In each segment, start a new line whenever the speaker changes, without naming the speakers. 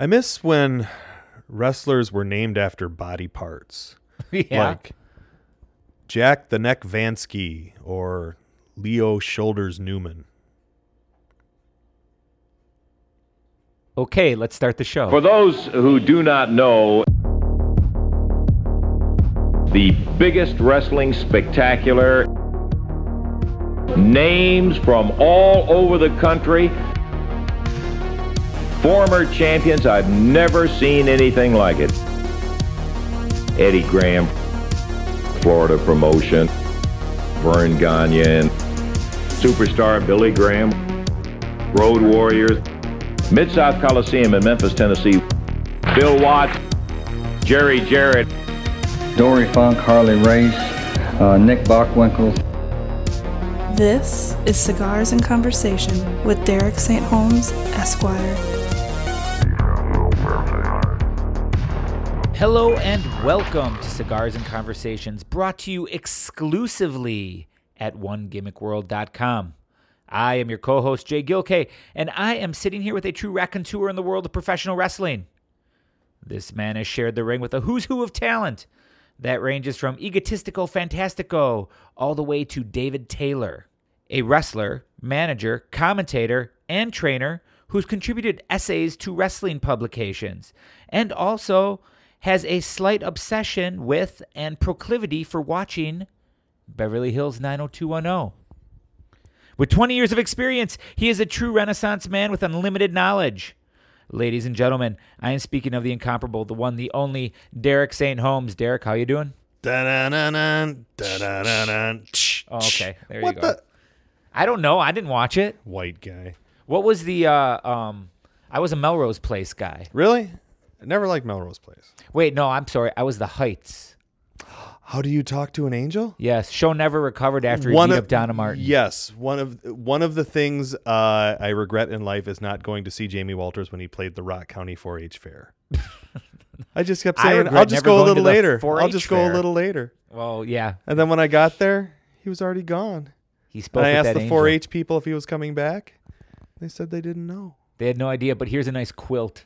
I miss when wrestlers were named after body parts.
yeah.
Like Jack the Neck Vansky or Leo Shoulders Newman.
okay, let's start the show.
For those who do not know, the biggest wrestling spectacular, names from all over the country, former champions, I've never seen anything like it. Eddie Graham, Florida promotion, Vern Gagne, superstar Billy Graham, Road Warriors, Mid South Coliseum in Memphis, Tennessee. Bill Watts, Jerry Jarrett,
Dory Funk, Harley Race, uh, Nick Bockwinkel,
This is Cigars and Conversation with Derek St. Holmes, Esquire.
Hello and welcome to Cigars and Conversations, brought to you exclusively at onegimmickworld.com. I am your co host, Jay Gilkay, and I am sitting here with a true raconteur in the world of professional wrestling. This man has shared the ring with a who's who of talent that ranges from egotistical fantastico all the way to David Taylor, a wrestler, manager, commentator, and trainer who's contributed essays to wrestling publications and also has a slight obsession with and proclivity for watching Beverly Hills 90210. With 20 years of experience, he is a true Renaissance man with unlimited knowledge. Ladies and gentlemen, I am speaking of the incomparable, the one, the only Derek St. Holmes. Derek, how you doing?
Da-da-da-dun, da-da-da-dun,
Oh, okay, there you
what
go.
the
I don't know. I didn't watch it.
white guy?
What was the? Uh, um, I was a Melrose Place guy.
Really? I never liked Melrose Place.
Wait, no, I'm sorry. I was the Heights.
How do you talk to an angel?
Yes, show never recovered after he beat up Donna Martin.
Yes, one of one of the things uh, I regret in life is not going to see Jamie Walters when he played the Rock County 4-H fair. I just kept
I
saying,
regret
"I'll just
never
go a
going to
little
the
later. I'll
4-H
just go
fair."
a little later."
Well, yeah,
And then when I got there, he was already gone.
he spoke.
And I
with
asked
that
the
angel.
4-H people if he was coming back. They said they didn't know.
They had no idea. But here's a nice quilt.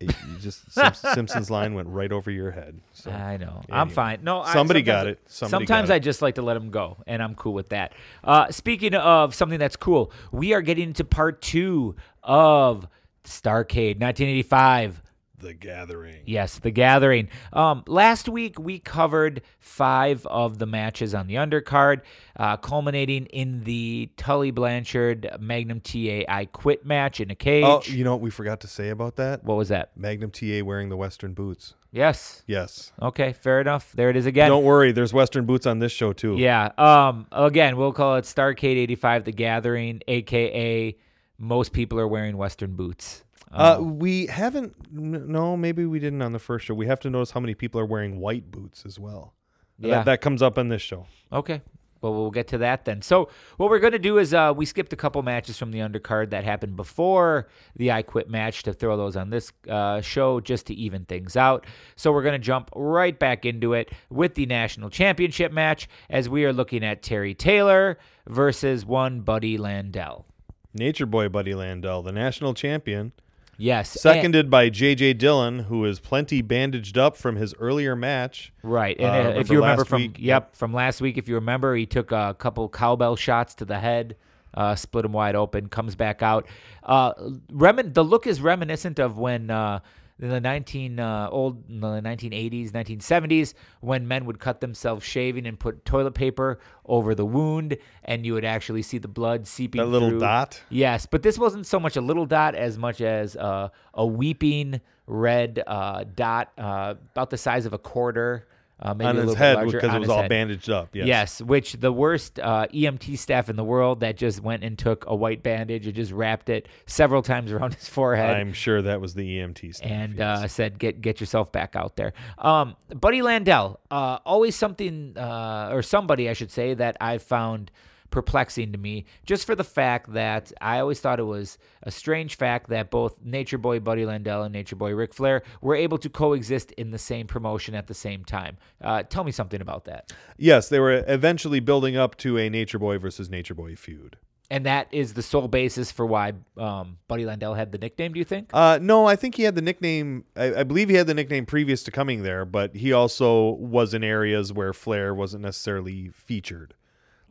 It- you just Simp- Simpson's line went right over your head. So
I know. I'm
anyway.
fine. No, I,
Somebody
sometimes-
got it. Somebody
sometimes
got
I
it.
just like to let them go, and I'm cool with that. Uh, speaking of something that's cool, we are getting into part two of Starcade 1985.
The Gathering.
Yes, The Gathering. Um, last week we covered five of the matches on the undercard, uh, culminating in the Tully Blanchard Magnum TA I Quit match in a cage.
Oh, you know what we forgot to say about that?
what was that?
Magnum TA wearing the Western boots.
Yes.
Yes.
Okay, fair enough. There it is again.
Don't worry, there's Western boots on this show too.
Yeah. Um. Again, we'll call it Starcade '85: The Gathering, aka most people are wearing Western boots.
Uh,
Oh.
we haven't. n- No, maybe we didn't on the first show. We have to notice how many people are wearing white boots as well. That-
Yeah.
That, comes up on this show.
Okay. Well, we'll get to that then. So, what we're going to do is uh, we skipped a couple matches from the undercard that happened before the I Quit match to throw those on this uh, show just to even things out. So, we're going to jump right back into it with the national championship match as we are looking at Terry Taylor versus one Buddy Landell.
Nature Boy Buddy Landell, the national champion,
Yes. and-
seconded by J.J. Dillon, who is plenty bandaged up from his earlier match.
Right, and
Uh,
uh, if you remember
last
from
week-
yep from last week, if you remember, he took a couple cowbell shots to the head, uh, split him wide open, comes back out. Uh, remin- the look is reminiscent of when uh, in the nineteen uh, old in the nineteen eighties, nineteen seventies, when men would cut themselves shaving and put toilet paper over the wound, and you would actually see the blood seeping.
That little
through.
dot.
Yes, but this wasn't so much a little dot as much as uh, a weeping red uh, dot, uh, about the size of a quarter, uh, maybe
on
a
his
little
head
bit larger,
because
on
it was
his
all
head.
bandaged up. Yes.
Yes. which the worst uh, EMT staff in the world that just went and took a white bandage and just wrapped it several times around his forehead
I'm sure that was the E EMT staff.
and
yes.
uh, said, "Get get yourself back out there." Um, Buddy Landell, uh, always something uh, or somebody, I should say, that I found perplexing to me, just for the fact that I always thought it was a strange fact that both Nature Boy Buddy Landell and Nature Boy Ric Flair were able to coexist in the same promotion at the same time. Uh, tell me something about that.
yes, they were eventually building up to a Nature Boy versus Nature Boy feud.
And that is the sole basis for why um, Buddy Landell had the nickname. Do you think?
Uh, no, I think he had the nickname. I, I believe he had the nickname previous to coming there, but he also was in areas where Flair wasn't necessarily featured.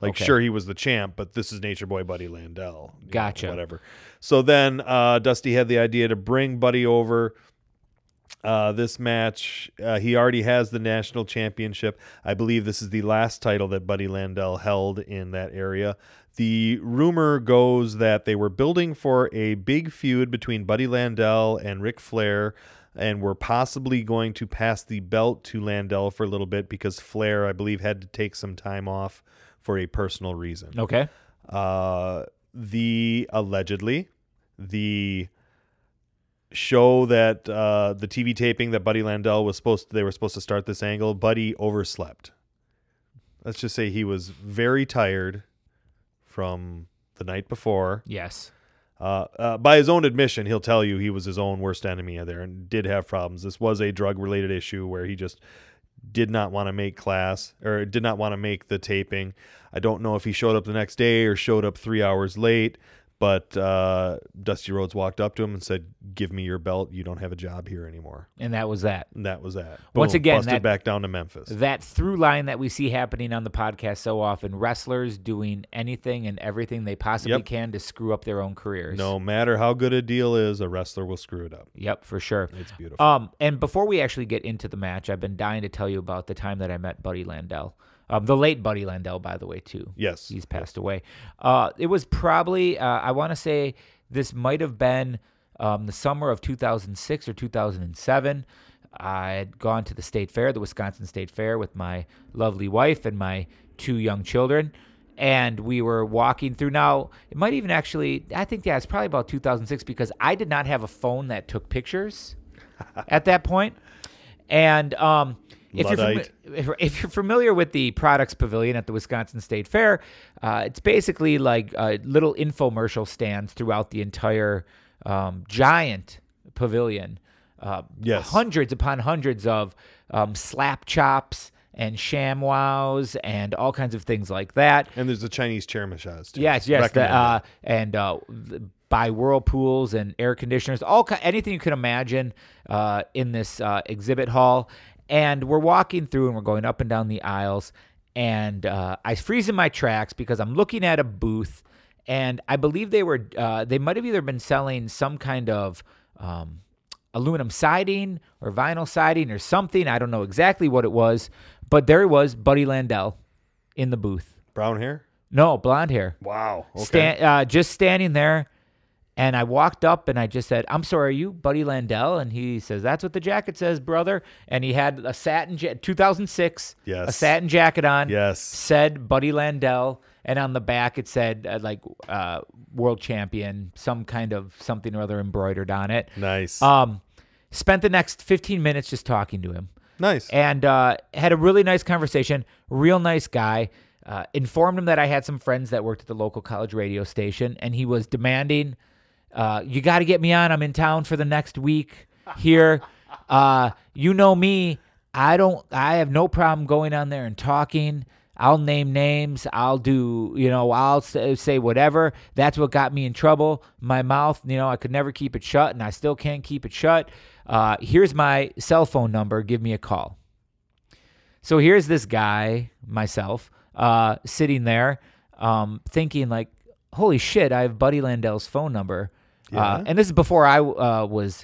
Like,
Okay.
sure, he was the champ, but this is Nature Boy Buddy Landell. you know,
Gotcha.
whatever. So then uh, Dusty had the idea to bring Buddy over. Uh, this match, uh, he already has the national championship. I believe this is the last title that Buddy Landell held in that area. The rumor goes that they were building for a big feud between Buddy Landell and Ric Flair, and were possibly going to pass the belt to Landell for a little bit because Flair, I believe, had to take some time off for a personal reason
Okay.
uh, the allegedly the show that uh, the TV taping that Buddy Landell was supposed they were supposed to start this angle. Buddy overslept. Let's just say he was very tired from the night before.
Yes.
Uh, uh, by his own admission, he'll tell you he was his own worst enemy out there and did have problems. This was a drug related issue where he just did not want to make class or did not want to make the taping. I don't know if he showed up the next day or showed up three hours late, but uh, Dusty Rhodes walked up to him and said, Give me your belt. You don't have a job here anymore.
And that was that.
And that was that.
Once again,
busted
that-
back down to Memphis.
That through line that we see happening on the podcast so often wrestlers doing anything and everything they possibly
Yep.
can to screw up their own careers.
No matter how good a deal is, a wrestler will screw it up.
Yep, for sure.
It's beautiful.
Um, and before we actually get into the match, I've been dying to tell you about the time that I met Buddy Landell, um, the late Buddy Landell, by the way, too.
Yes.
he's passed away. Uh, it was probably uh, I want to say this might have been um, the summer of 2006 or 2007. I had gone to the state fair, the Wisconsin State Fair, with my lovely wife and my two young children. And we were walking through. Now, it might even actually, I think, yeah, it's probably about 2006 because I did not have a phone that took pictures at that point. And um, if, you're fami-
Luddite.
if, if you're familiar with the products pavilion at the Wisconsin State Fair, uh, it's basically like uh, little infomercial stands throughout the entire um, giant pavilion. Uh,
Yes.
Hundreds upon hundreds of um, slap chops and sham wows and all kinds of things like that.
And there's the Chinese chair massage. too.
Yes, yes, the,
Recommend
uh, and uh, th- by whirlpools and air conditioners, all ki- anything you can imagine uh, in this uh, exhibit hall. And we're walking through, and we're going up and down the aisles, and uh, I freeze in my tracks because I'm looking at a booth, and I believe they were uh, they might have either been selling some kind of um, aluminum siding or vinyl siding or something. I don't know exactly what it was, but there was Buddy Landell in the booth.
it. brown hair.
No, blonde hair.
Wow. Okay.
Stan- uh, just standing there. And I walked up and I just said, I'm sorry, are you Buddy Landell? And he says, That's what the jacket says, brother. And he had a satin jacket, 2006, a
Yes.
satin jacket on.
Yes.
Said Buddy Landell. And on the back, it said, uh, like, uh, world champion, some kind of something or other embroidered on it.
nice.
Um, spent the next 15 minutes just talking to him
nice.
and uh, had a really nice conversation. Real nice guy. Uh, informed him that I had some friends that worked at the local college radio station, and he was demanding, uh, "You got to get me on. I'm in town for the next week here. Uh, you know me. I don't. I have no problem going on there and talking." I'll name names. I'll do, you know, I'll say, say whatever. That's what got me in trouble. My mouth, you know, I could never keep it shut and I still can't keep it shut. Uh, here's my cell phone number. Give me a call. So here's this guy, myself, uh, sitting there, um, thinking like, "Holy shit! I have Buddy Landell's phone number." Uh,
Yeah.
and this is before I uh, was uh,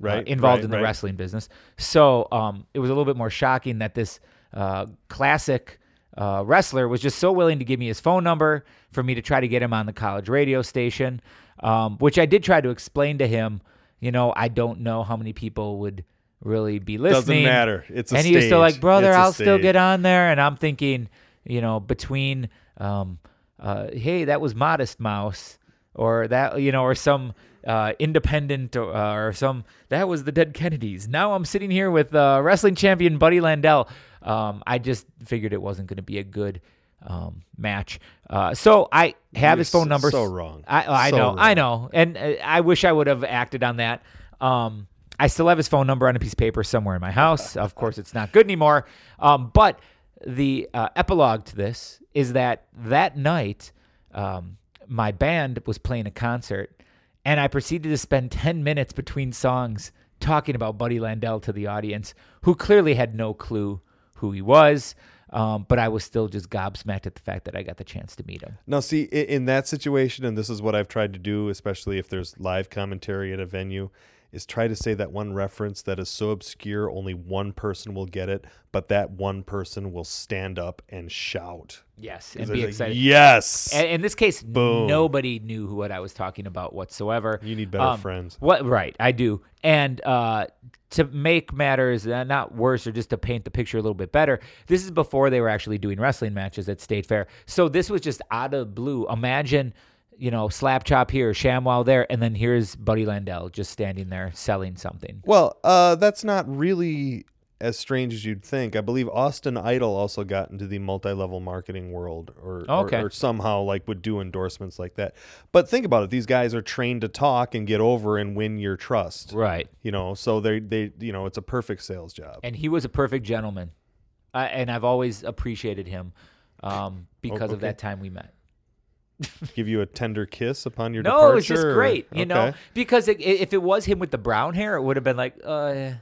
Right,
involved
right,
in the
right.
wrestling business. So um, it was a little bit more shocking that this uh, classic uh, wrestler was just so willing to give me his phone number for me to try to get him on the college radio station, um, which I did try to explain to him. You know, I don't know how many people would really be listening.
matter. It's a
and he was still
stage.
like, brother,
It's a
I'll still
stage."
get on there. And I'm thinking, you know, between, um, uh, hey, that was Modest Mouse, or that, you know, or some uh, independent, or, uh, or some that was the Dead Kennedys. Now I'm sitting here with uh, wrestling champion Buddy Landell. Um, I just figured it wasn't going to be a good um, match. Uh, so I have
You're
his phone
so-
number.
so wrong.
I, I
So
know, I
wrong.
know, and uh, I wish I would have acted on that. Um, I still have his phone number on a piece of paper somewhere in my house. of course, it's not good anymore. Um, but the uh, epilogue to this is that that night, um, my band was playing a concert, and I proceeded to spend 10 minutes between songs talking about Buddy Landell to the audience, who clearly had no clue who he was. Um, but I was still just gobsmacked at the fact that I got the chance to meet him.
Now, see, i- in that situation, and this is what I've tried to do, especially if there's live commentary at a venue, is try to say that one reference that is so obscure only one person will get it, but that one person will stand up and shout.
Yes,
'Cause
and be
there's a
excited.
yes.
And in this case, nobody knew what I was talking about whatsoever. Um,
You need better friends.
What? Right, I do. And uh, to make matters uh, not worse, or just to paint the picture a little bit better, this is before they were actually doing wrestling matches at State Fair. So this was just out of blue. Imagine, you know, slap chop here, ShamWow there, and then here's Buddy Landell just standing there selling something.
Well, uh, that's not really as strange as you'd think. I believe Austin Idol also got into the multi-level marketing world, or or-
Okay.
or, somehow like would do endorsements like that. But think about it; these guys are trained to talk and get over and win your trust,
Right.
You know, so they they you know it's a perfect sales job.
and he was a perfect gentleman, I and I've always appreciated him um, because of
okay.
that time we met.
Give you a tender kiss upon your departure.
No, it was just
or-
great, you know,
okay.
because it, i if it was him with the brown hair, it would have been like, uh, eh.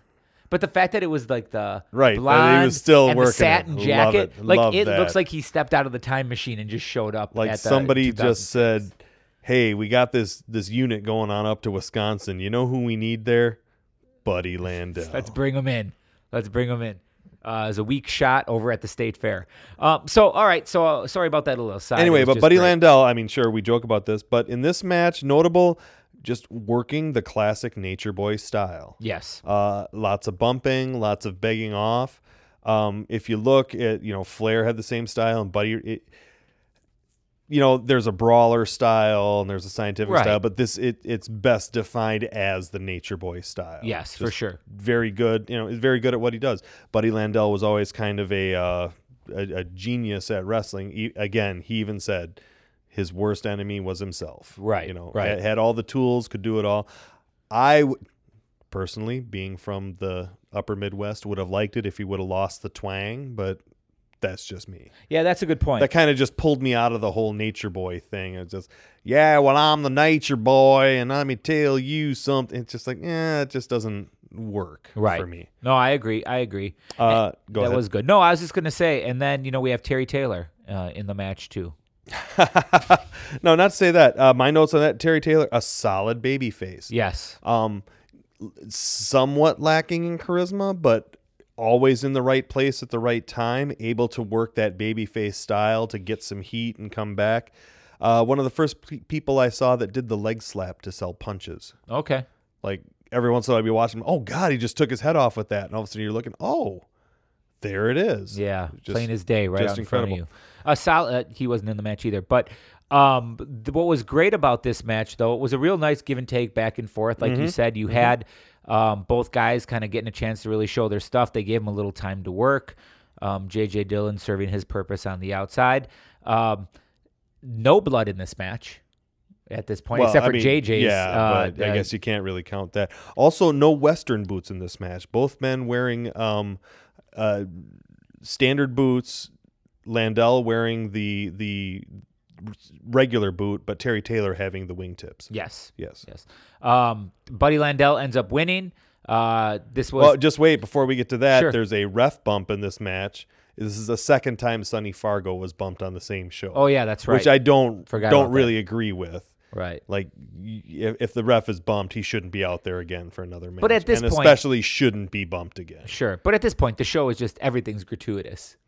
but the fact that it was like the
Right, that he was
blonde
still
and
working
the
it.
satin
Love
jacket,
it.
like
Love
it
that.
looks like he stepped out of the time machine and just showed up.
Like
at the
somebody
2000
just said, "Hey, we got this this unit going on up to Wisconsin. You know who we need there? Buddy Landell."
Let's bring him in. Let's bring him in. Uh, it's a weak shot over at the state fair. Um, so all right, so uh, sorry about that little side.
anyway, but Buddy Landell, I mean, sure, we joke about this, but in this match, notable just working the classic Nature Boy style.
Yes.
Uh, lots of bumping, lots of begging off. Um, if you look at, you know, Flair had the same style, and Buddy, it, you know, there's a brawler style and there's a scientific
Right.
style, but this it it's best defined as the Nature Boy style.
Yes, for
Just
sure.
Very good, you know, is very good at what he does. Buddy Landell was always kind of a uh, a, a genius at wrestling. E again, he even said his worst enemy was himself.
Right,
You know,
right.
Had, had all the tools, could do it all. I w- personally, being from the upper Midwest, would have liked it if he would have lost the twang, but that's just me
Yeah, that's a good point.
that kind of just pulled me out of the whole nature boy thing. It's just, yeah, well, I'm the nature boy, and let me tell you something. It's just like, yeah, it just doesn't work
right.
for me.
No, I agree. I agree.
Uh, go
that
ahead.
was good. No, I was just gonna say, and then you know we have Terry Taylor uh, in the match too.
no, not to say that. Uh, my notes on that: Terry Taylor, a solid baby face.
Yes.
Um, somewhat lacking in charisma, but always in the right place at the right time, able to work that babyface style to get some heat and come back. Uh, one of the first pe- people I saw that did the leg slap to sell punches.
Okay.
Like every once in a while, I'd be watching. Oh God, he just took his head off with that, and all of a sudden you're looking. Oh, there it is.
Yeah.
Just-
plain as day, right
just
out in
incredible.
front of you. Uh, Sal, uh, he wasn't in the match either, but um, th- what was great about this match though, it was a real nice give and take back and forth. Like
Mm-hmm.
you said, you had um, both guys kind of getting a chance to really show their stuff. They gave him a little time to work. Um, J.J. Dillon serving his purpose on the outside. Um, no blood in this match at this point,
Well,
except
I
for
mean,
JJ's.
Yeah,
uh,
but I
uh,
guess you can't really count that. Also, no Western boots in this match. Both men wearing um, uh, standard boots. Landell wearing the the regular boot, but Terry Taylor having the wingtips.
Yes.
Yes.
Yes. Um, Buddy Landell ends up winning. Uh, this was
Well, just wait before we get to that.
Sure.
There's a ref bump in this match. This is the second time Sonny Fargo was bumped on the same show.
Oh, yeah, that's right.
Which I don't
Forgot
don't
about that.
really agree with.
right.
Like, y- if, if the ref is bumped, he shouldn't be out there again for another match.
But at this
and
point-
especially shouldn't be bumped again.
Sure. But at this point, the show is just everything's gratuitous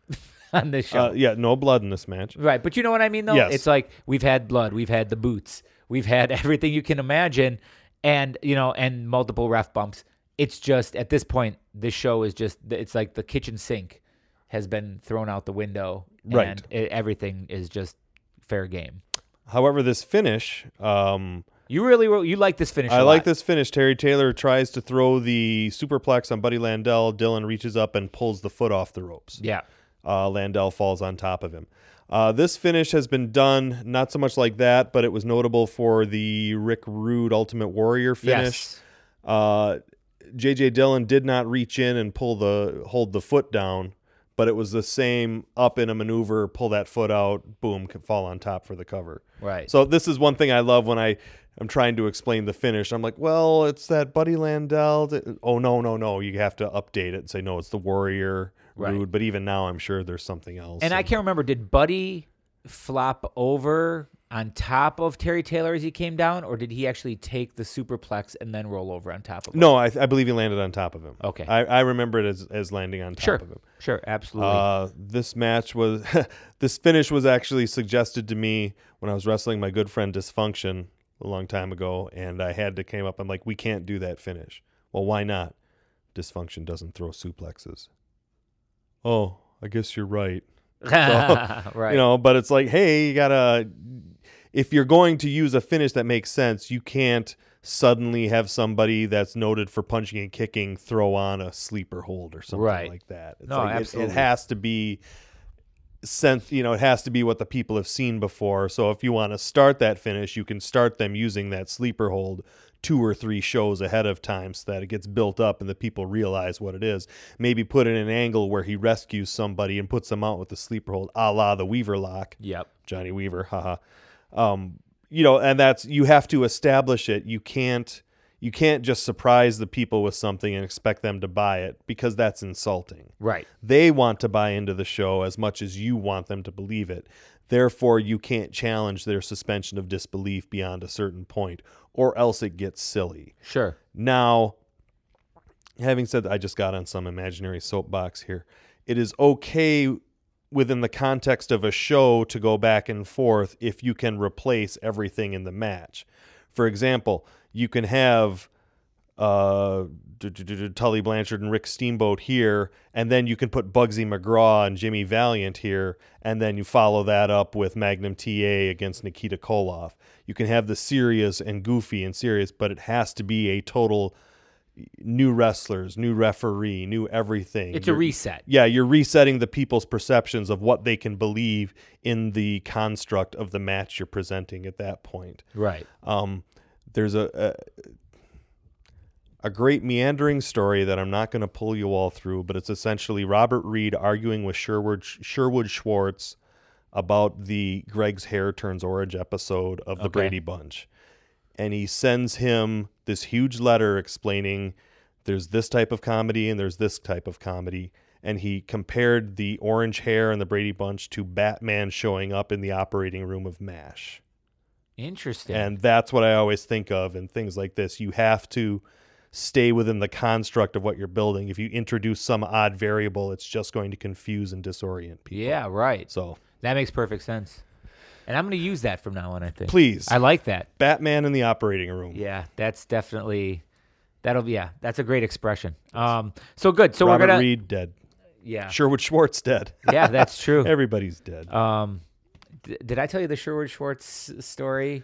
on this show.
Uh, yeah, no blood in this match.
right. But you know what I mean, though?
Yes.
It's like we've had blood, we've had the boots, we've had everything you can imagine, and, you know, and multiple ref bumps. It's just at this point, this show is just, it's like the kitchen sink has been thrown out the window.
Right.
And e- everything is just fair game.
However, this finish, um,
You really, were- you like this finish. I
I like this finish. Terry Taylor tries to throw the superplex on Buddy Landell. Dylan reaches up and pulls the foot off the ropes.
Yeah.
uh, Landell falls on top of him. Uh, this finish has been done not so much like that, but it was notable for the Rick Rude Ultimate Warrior finish.
Yes.
Uh, J.J. Dillon did not reach in and pull the hold the foot down, but it was the same up in a maneuver, pull that foot out, boom, could fall on top for the cover.
Right.
So this is one thing I love when I am trying to explain the finish. I'm like, well, it's that Buddy Landell. d- Oh no, no, no! You have to update it and say no, it's the Warrior
Right.
Rude. But even now, I'm sure there's something else.
And I can't remember. Did Buddy flop over on top of Terry Taylor as he came down, or did he actually take the superplex and then roll over on top of him?
No, I, I believe he landed on top of him.
Okay.
I, I remember it as, as landing on top
Sure.
of him.
Sure. Absolutely.
Uh, this match was this finish was actually suggested to me when I was wrestling my good friend Dysfunction a long time ago, and I had to came up. I'm like, we can't do that finish. Well, why not? Dysfunction doesn't throw suplexes. Oh, I guess you're right.
right.
You know, but it's like, hey, you gotta. If you're going to use a finish that makes sense, you can't suddenly have somebody that's noted for punching and kicking throw on a sleeper hold or something
Right.
like that. It's
No,
like it-
absolutely.
It, has to be sense. You know, it has to be what the people have seen before. So if you want to start that finish, you can start them using that sleeper hold two or three shows ahead of time so that it gets built up and the people realize what it is. Maybe put in an angle where he rescues somebody and puts them out with the sleeper hold, a la the Weaver lock.
Yep.
Johnny Weaver, haha. Um, you know, and that's you have to establish it. You can't you can't just surprise the people with something and expect them to buy it because that's insulting.
Right.
They want to buy into the show as much as you want them to believe it. Therefore, you can't challenge their suspension of disbelief beyond a certain point, or else it gets silly.
Sure.
Now, having said that, I just got on some imaginary soapbox here. It is okay within the context of a show to go back and forth if you can replace everything in the match. For example, you can have uh, d- d- d- d- Tully Blanchard and Rick Steamboat here, and then you can put Bugsy McGraw and Jimmy Valiant here, and then you follow that up with Magnum TA against Nikita Koloff. You can have the serious and goofy and serious, but it has to be a total new wrestlers, new referee, new everything.
It's a
You're-
reset.
yeah, you're resetting the people's perceptions of what they can believe in the construct of the match you're presenting at that point.
Right.
Um, there's a, a a great meandering story that I'm not going to pull you all through, but it's essentially Robert Reed arguing with Sherwood Sherwood Schwartz about the Greg's hair turns orange episode of the
Okay.
Brady Bunch, and he sends him this huge letter explaining there's this type of comedy and there's this type of comedy. And he compared the orange hair and the Brady Bunch to Batman showing up in the operating room of MASH.
Interesting.
And that's what I always think of in things like this. You have to stay within the construct of what you're building. If you introduce some odd variable, it's just going to confuse and disorient people.
yeah. Right.
So,
That makes perfect sense. And I'm going to use that from now on, I think.
Please.
I like that.
Batman in the operating room.
Yeah, that's definitely that'll be yeah, that's a great expression. Um so good. So
Robert
we're going to
Reed dead.
Yeah.
Sherwood Schwartz dead.
Yeah, that's true.
Everybody's dead.
Um d- did I tell you the Sherwood Schwartz s- story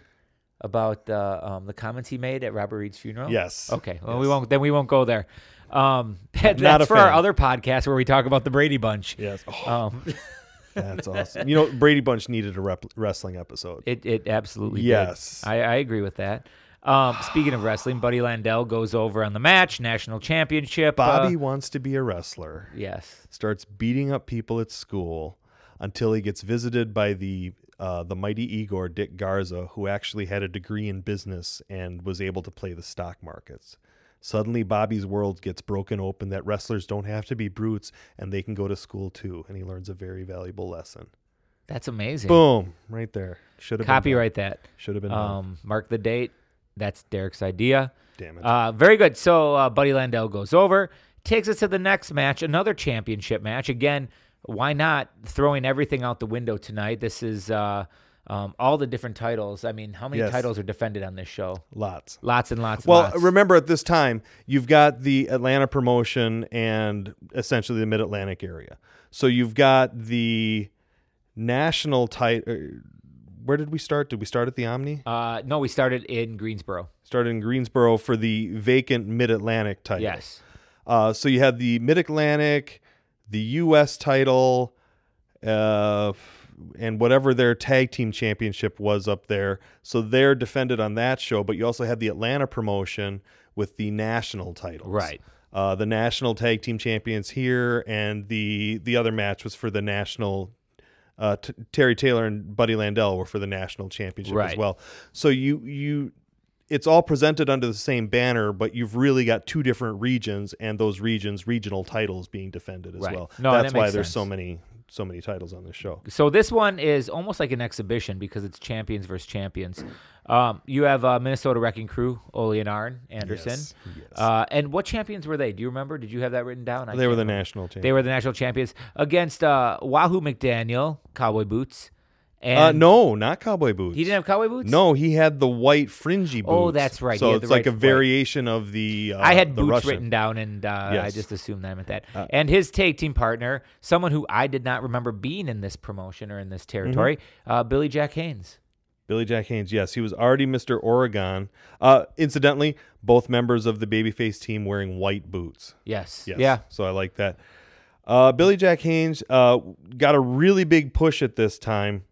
about the um the comments he made at Robert Reed's funeral?
Yes.
Okay. Well, we won't then we won't go there. Um
Not
that- that's
a
for our
fan.
other podcast where we talk about the Brady Bunch.
yes. Oh,
Um
that's awesome. You know, Brady Bunch needed a rep- wrestling episode.
It it absolutely did.
Yes.
I, I agree with that. Um, speaking of wrestling, Buddy Landell goes over on the match, national championship. uh,
Bobby wants to be a wrestler.
yes.
starts beating up people at school until he gets visited by the uh, the mighty Igor Dick Garza, who actually had a degree in business and was able to play the stock markets. Suddenly, Bobby's world gets broken open that wrestlers don't have to be brutes and they can go to school too. And he learns a very valuable lesson.
That's amazing.
Boom! Right there. Should have
Copyright that.
Should have been. done.
Um, mark the date. That's Derek's idea.
Damn it.
Uh, very good. So uh, Buddy Landell goes over, takes us to the next match, another championship match. Again, why not throwing everything out the window tonight? This is uh, um, all the different titles. I mean, how many
Yes.
titles are defended on this show?
Lots.
Lots and lots. And
Well,
lots.
remember at this time, you've got the Atlanta promotion and essentially the Mid Atlantic area. So you've got the national title. Where did we start? Did we start at the Omni?
Uh, no, we started in Greensboro.
Started in Greensboro for the vacant Mid Atlantic title.
Yes.
Uh, so you had the Mid Atlantic, the U.S. title, uh, and whatever their tag team championship was up there. So they're defended on that show, but you also had the Atlanta promotion with the national titles.
Right.
uh, the national tag team champions here, and the the other match was for the national. Uh, T- Terry Taylor and Buddy Landell were for the national championship as
Right.
well. So you you, it's all presented under the same banner, but you've really got two different regions, and those regions regional titles being defended as
Right.
well.
No, that
That's why
makes
there's so
sense.
many so many titles on this show.
So this one is almost like an exhibition because it's champions versus champions. Um, you have uh, Minnesota Wrecking Crew, Ole and Arn Anderson.
Yes, yes.
Uh, and what champions were they? Do you remember? Did you have that written down? I
They were
can't
the
remember.
national champions.
They were the national champions against uh, Wahoo McDaniel, Cowboy Boots. And
uh, no, not cowboy boots.
he didn't have Cowboy Boots.
No, uh, he had the white fringy boots.
Oh, that's right. He
So
had
it's
the
like
right-
a variation of the. Uh,
I had
the
boots
Russian.
written down, and uh, I
Yes. Uh,
just assumed that I meant that. and his tag team partner, someone who I did not remember being in this promotion or in
Mm-hmm.
this territory, uh, Billy Jack Haynes.
Billy Jack Haynes. Yes, he was already Mister Oregon. Uh, incidentally, both members of the babyface team wearing white boots.
Yes.
Yes.
Yeah.
So I like that. Uh, Billy Jack Haynes uh, got a really big push at this time.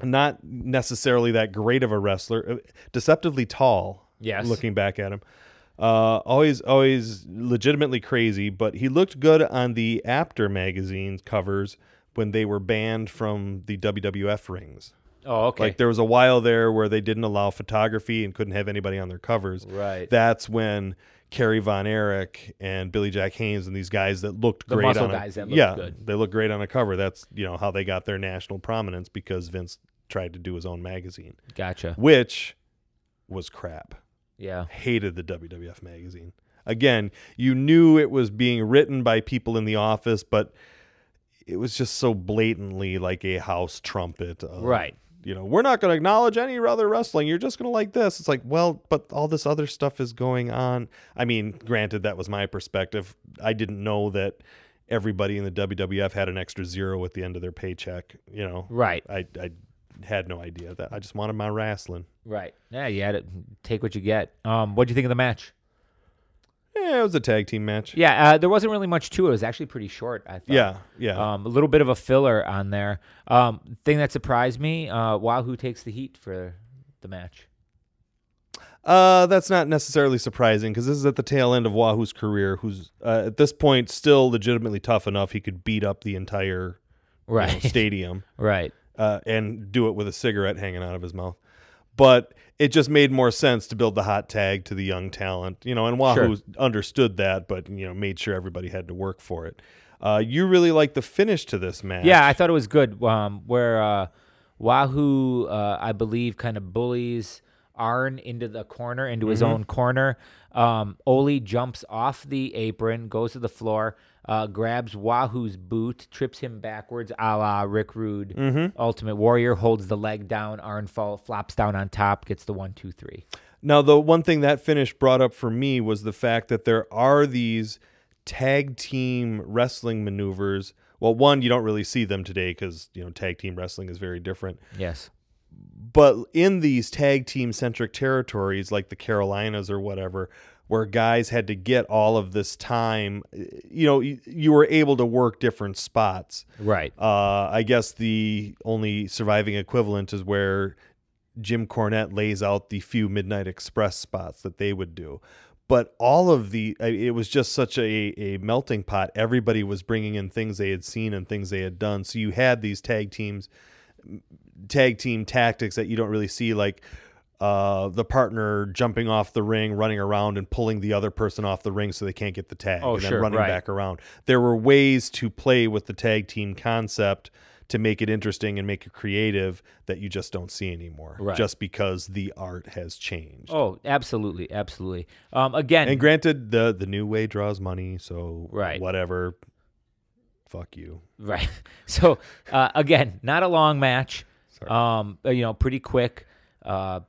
Not necessarily that great of a wrestler, uh, deceptively tall.
Yes.
Looking back at him, uh, always, always legitimately crazy. But he looked good on the After magazine covers when they were banned from the WWF rings.
Oh, okay.
Like there was a while there where they didn't allow photography and couldn't have anybody on their covers.
Right.
That's when Kerry Von Erich and Billy Jack Haynes and these guys that looked
The
great
muscle
on a,
guys that looked
yeah,
good.
they look great on a cover. That's you know how they got their national prominence because Vince tried to do his own magazine,
Gotcha.
which was crap.
Yeah.
Hated the WWF magazine. Again, you knew it was being written by people in the office, but it was just so blatantly like a house trumpet. Of,
Right.
you know, we're not going to acknowledge any other wrestling. You're just going to like this. It's like, well, but all this other stuff is going on. I mean, granted, that was my perspective. I didn't know that everybody in the WWF had an extra zero at the end of their paycheck. You know,
Right.
I, I had no idea that. I just wanted my wrestling.
Right. Yeah, you had to take what you get. Um, what do you think of the match?
Yeah, it was a tag team match.
Yeah, uh, there wasn't really much to it. It was actually pretty short. I thought.
yeah, yeah.
Um, a little bit of a filler on there. Um, thing that surprised me: uh, Wahoo takes the heat for the match.
Uh, that's not necessarily surprising because this is at the tail end of Wahoo's career, who's uh, at this point still legitimately tough enough. He could beat up the entire you know,
Right.
stadium.
Right.
uh, and do it with a cigarette hanging out of his mouth. But it just made more sense to build the hot tag to the young talent, you know. And Wahoo
Sure.
understood that, but you know, made sure everybody had to work for it. Uh, you really like the finish to this match,
Yeah, I thought it was good. Um, where uh, Wahoo, uh, I believe, kind of bullies Arn into the corner, into his own corner. Um, Oli jumps off the apron, goes to the floor, uh, grabs Wahoo's boot, trips him backwards, a la Rick Rude, Ultimate Warrior, holds the leg down. Arn fall, flops down on top, gets the one, two, three.
Now, the one thing that finish brought up for me was the fact that there are these tag team wrestling maneuvers. Well, one, you don't really see them today because you know tag team wrestling is very different.
Yes.
but in these tag team centric territories like the carolinas or whatever where guys had to get all of this time eh, you know you, you were able to work different spots
Right.
uh, i guess the only surviving equivalent is where jim cornette lays out the few midnight express spots that they would do but all of the I- it was just such a, a melting pot everybody was bringing in things they had seen and things they had done so you had these tag teams tag team tactics that you don't really see, like uh, the partner jumping off the ring, running around, and pulling the other person off the ring so they can't get the tag,
Oh,
and
sure,
then running
right.
back around. There were ways to play with the tag team concept to make it interesting and make it creative that you just don't see anymore,
Right.
just because the art has changed.
Oh, absolutely, absolutely. Um, again,
And granted, the the new way draws money, so
Right.
whatever. Fuck you.
Right. So uh, again, not a long match. Um, but, you know, pretty quick. Uh,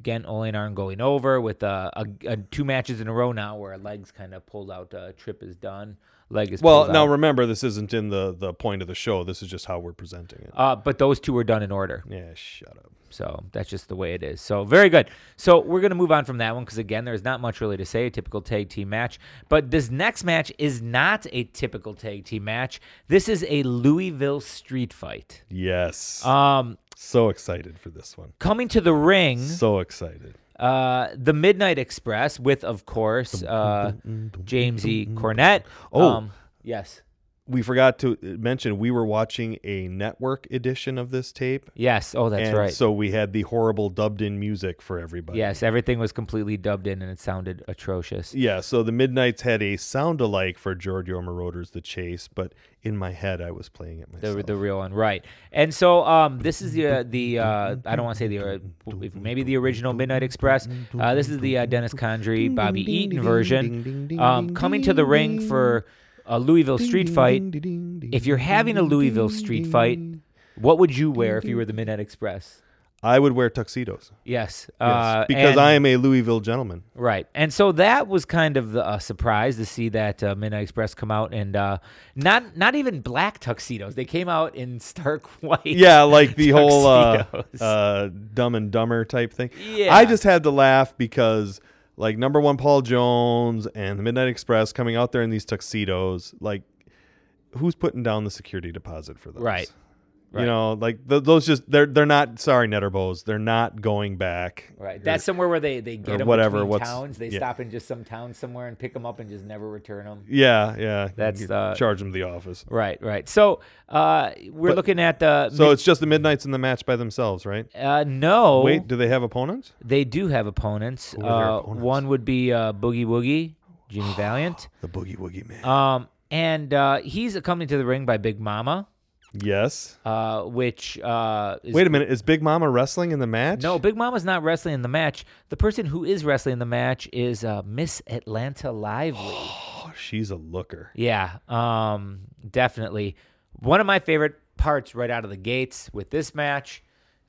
again, Ole and Arn going over with uh, a, a two matches in a row now where a leg's kind of pulled out. Uh, trip is done. Leg is
Well,
pulled
now
out.
remember, this isn't in the the point of the show. This is just how we're presenting it.
Uh, but those two were done in order.
yeah, shut up.
So that's just the way it is. So very good. So we're going to move on from that one because, again, there's not much really to say. typical tag team match. But this next match is not a typical tag team match. This is a Louisville street fight.
Yes.
Um,
So excited for this one.
coming to the ring
So excited.
Uh, the Midnight Express with, of course, uh, James E. Cornett.
Oh.
Um, yes,
We forgot to mention we were watching a network edition of this tape.
yes. Oh, that's
and
right.
So we had the horrible dubbed in music for everybody.
yes, everything was completely dubbed in, and it sounded atrocious.
Yeah, so the Midnights had a sound alike for Giorgio Moroder's The Chase, but in my head I was playing it myself.
The, the real one, right? And so um, this is the uh, the uh, I don't want to say the uh, maybe the original Midnight Express. Uh, this is the uh, Dennis Condrey, Bobby Eaton version. Um, coming to the ring for a Louisville street fight. If you're having a Louisville street fight, what would you wear if you were the Midnight Express?
I would wear tuxedos.
Yes,
Yes,
uh,
because
and-
I am a Louisville gentleman.
Right, and so that was kind of the- a surprise to see that uh, Midnight Express come out and uh, not not even black tuxedos. They came out in stark white.
Yeah, like the whole uh,
Tuxedos.
uh, dumb and dumber type thing.
Yeah.
I just had to laugh because, like, number one, Paul Jones and the Midnight Express coming out there in these tuxedos. Like, who's putting down the security deposit for those?
Right.
You
Right.
know, like th- those just they're they're not sorry Netterbos. They're not going back.
Right. That's somewhere where they they get them
whatever,
between
what's-
towns. They
yeah.
stop in just some town somewhere and pick them up and just never return them.
Yeah, yeah.
That's,
You
uh,
charge them the office.
Right. Right. So uh, we're
But-
looking at the
So
mid-
it's just the Midnights in the match by themselves, right?
uh, no.
Wait, do they have opponents?
They do have opponents.
are their
Uh,
opponents?
One would be uh, Boogie Woogie, Jimmy Valiant,
The Boogie Woogie Man.
um, and uh, he's accompanied to the ring by Big Mama,
yes.
uh, which uh, is
Wait a minute. Is Big Mama wrestling in the match?
No, Big Mama's not wrestling in the match. The person who is wrestling in the match is uh, Miss Atlanta Lively.
Oh, she's a looker.
Yeah, um, definitely. One of my favorite parts right out of the gates with this match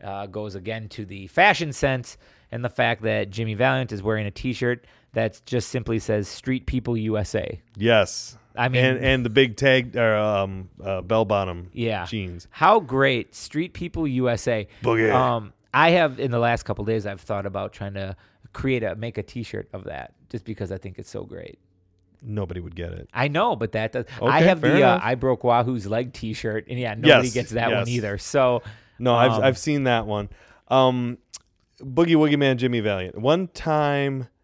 uh, goes again to the fashion sense and the fact that Jimmy Valiant is wearing a T-shirt that just simply says "Street People USA."
Yes.
I mean-
and, and the big tag or um, uh, bell bottom
Yeah,
jeans.
How great, Street People USA.
Boogie.
Um, I have in the last couple days I've thought about trying to create a make a T-shirt of that just because I think it's so great.
Nobody would get it.
I know, but that does. I
Okay,
have
fair
the uh,
enough.
I broke Wahoo's leg T-shirt, and yeah, nobody
Yes,
gets that one
yes.
either. So
No, I've
Um,
I've seen that one. Um, Boogie Woogie Man Jimmy Valiant. One time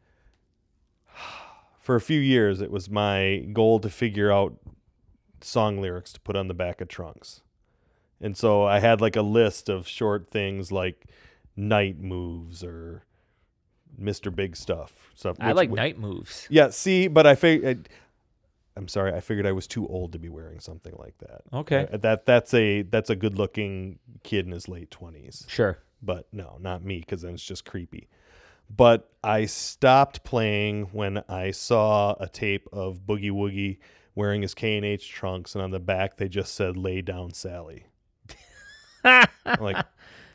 for a few years it was my goal to figure out song lyrics to put on the back of trunks. And so I had like a list of short things like night moves or Mr. Big Stuff. Stuff
I
which-
like
wh-
night moves.
Yeah, see, but I figured I'm sorry, I figured I was too old to be wearing something like that.
Okay.
Uh, That that's a that's a good-looking kid in his late 20s
Sure.
but no, not me, because then it's just creepy. But I stopped playing when I saw a tape of Boogie Woogie wearing his K and H trunks, and on the back they just said "Lay down, Sally." I'm like,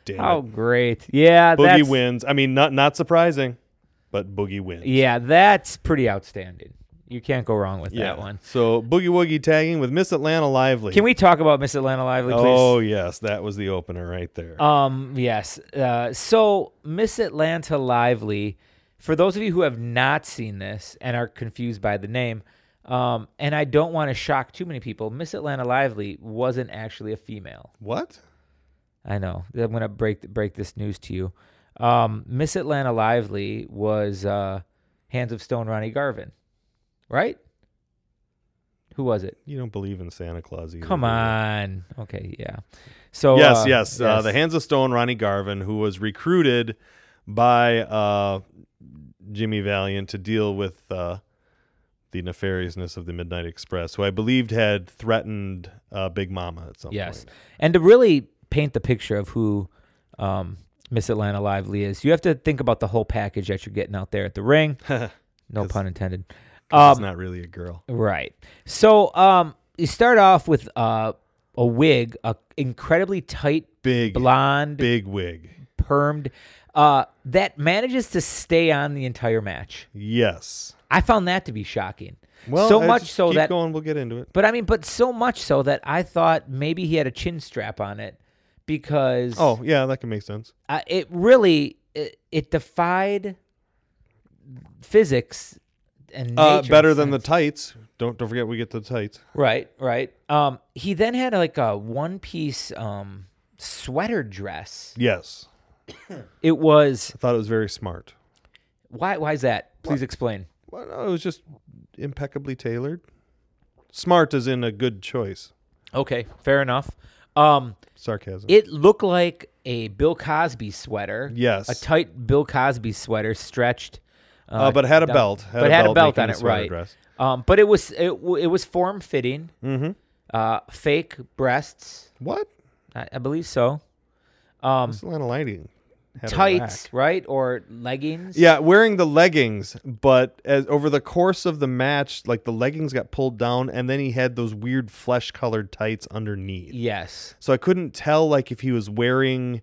damn,
Oh,
it.
great. Yeah.
Boogie
that's,
wins. I mean, not not surprising, but Boogie wins.
Yeah, that's pretty outstanding. You can't go wrong with
Yeah.
that one.
So Boogie Woogie tagging with Miss Atlanta Lively.
Can we talk about Miss Atlanta Lively, please?
Oh yes, that was the opener right there.
Um, yes. Uh, so Miss Atlanta Lively, for those of you who have not seen this and are confused by the name, um, and I don't want to shock too many people, Miss Atlanta Lively wasn't actually a female.
what?
I know. I'm gonna break break this news to you. Um, Miss Atlanta Lively was uh, Hands of Stone Ronnie Garvin, right? Who was it?
You don't believe in Santa Claus either.
Come
do you?
on. Okay, yeah. So
yes,
uh,
yes. Uh, the Hands of Stone, Ronnie Garvin, who was recruited by uh, Jimmy Valiant to deal with uh, the nefariousness of the Midnight Express, who I believed had threatened uh, Big Mama at some
yes,
point.
and to really paint the picture of who um, Miss Atlanta Lively is, you have to think about the whole package that you're getting out there at the ring. no pun intended.
'Cause
Um,
it's not really a girl.
Right. So um, you start off with uh, a wig, a incredibly tight,
Big,
blonde,
big wig.
permed, uh, that manages to stay on the entire match.
Yes.
I found that to be shocking.
Well,
so
I
much
just
so
keep
that,
going. We'll get into it.
but I mean, but so much so that I thought maybe he had a chin strap on it because
Oh, yeah, that can make sense.
uh, it really it, it defied physics and
Uh,
nature
better than the
science.
tights. Don't don't forget we get the tights.
Right, right. Um, he then had like a one piece um sweater dress.
Yes,
It was
I thought it was very smart.
Why? Why is that? Please explain.
Well, no, it was just impeccably tailored. Smart is in a good choice.
Okay, fair enough. Um,
Sarcasm.
it looked like a Bill Cosby sweater.
Yes.
a tight Bill Cosby sweater stretched.
Uh, but had a
down-
belt.
but had a belt
making
on it,
sweater
right?
dress.
Um, but it was it, w- it was form fitting. Mm-hmm. Uh, fake breasts,
What?
I, I believe so. Um,
This Atlanta lighting. had a rack.
tights, right, or leggings.
Yeah, wearing the leggings, but as over the course of the match, like the leggings got pulled down, and then he had those weird flesh-colored tights underneath.
Yes.
So I couldn't tell like if he was wearing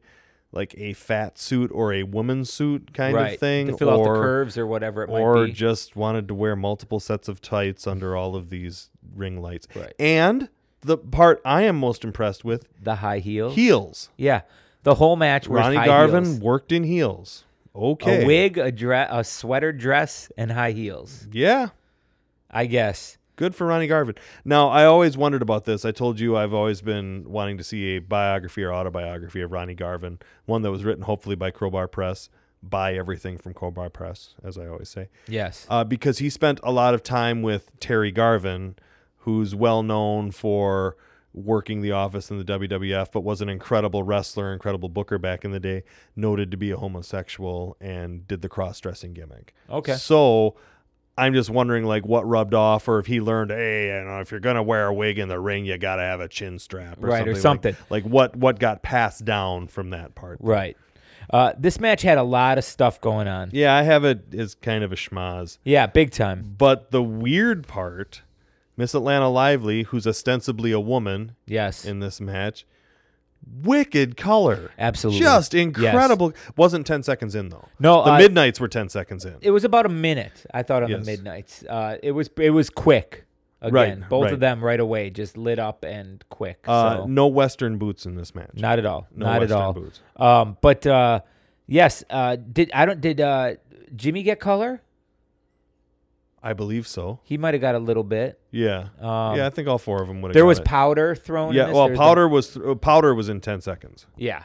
like a fat suit or a woman's suit kind
right.
of thing,
to fill
or
out the curves or whatever it might
or
be.
just wanted to wear multiple sets of tights under all of these ring lights.
Right.
And the part I am most impressed with
the high heels.
heels.
yeah, the whole match was
Ronnie
high
Garvin
heels.
worked in heels. Okay.
a wig, a dress, a sweater dress, and high heels.
Yeah.
I guess.
Good for Ronnie Garvin. Now, I always wondered about this. I told you I've always been wanting to see a biography or autobiography of Ronnie Garvin, one that was written hopefully by Crowbar Press. Buy everything from Crowbar Press, as I always say.
Yes.
uh, because he spent a lot of time with Terry Garvin, who's well known for working the office in the WWF, but was an incredible wrestler, incredible booker back in the day, noted to be a homosexual, and did the cross dressing gimmick.
Okay.
So. I'm just wondering, like, what rubbed off, or if he learned, hey, you know, if you're gonna wear a wig in the ring, you gotta have a chin strap, or
Right,
something
or
like-
something.
Like, what what got passed down from that part?
Right. Uh, this match had a lot of stuff going on.
Yeah, I have it as kind of a schmaz.
Yeah, big time.
But the weird part, Miss Atlanta Lively, who's ostensibly a woman
Yes.
in this match, wicked color.
Absolutely.
Just
Yes.
incredible. Wasn't 10 seconds in, though.
No,
The
uh,
Midnights were 10 seconds in.
it was about a minute. I thought on
Yes.
the midnights. Uh, it was it was quick. Again,
Right,
both
right.
of them right away just lit up and quick.
uh,
so
No Western boots in this match.
not at all.
no
not at
Western
all.
boots.
Um, but uh, yes, uh, did I don't did uh, Jimmy get color?
I believe so.
He might have got a little bit.
Yeah.
Um,
yeah, I think all four of them would have
There was powder thrown. in
Yeah,
this.
well,
There's the-
powder was th- uh, powder was in 10 seconds.
yeah,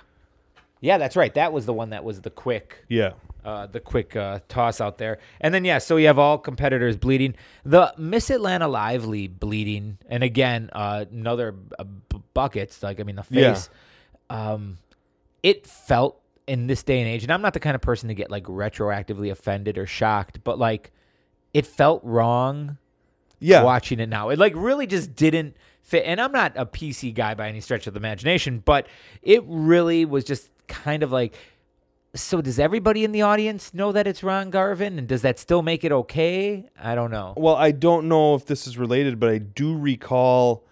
yeah, that's right. That was the one that was the quick.
Yeah.
uh, the quick uh, toss out there. And then, yeah, so you have all competitors bleeding. The Miss Atlanta Lively bleeding. And again, uh, another uh, b- buckets, like, I mean, the
Yeah.
face. Um, it felt in this day and age, and I'm not the kind of person to get like retroactively offended or shocked, but like it felt wrong
Yeah.
watching it now. It like really just didn't fit. And I'm not a PC guy by any stretch of the imagination, but it really was just kind of like. So does everybody in the audience know that it's Ron Garvin, and does that still make it okay? I don't know.
Well, I don't know if this is related, but I do recall,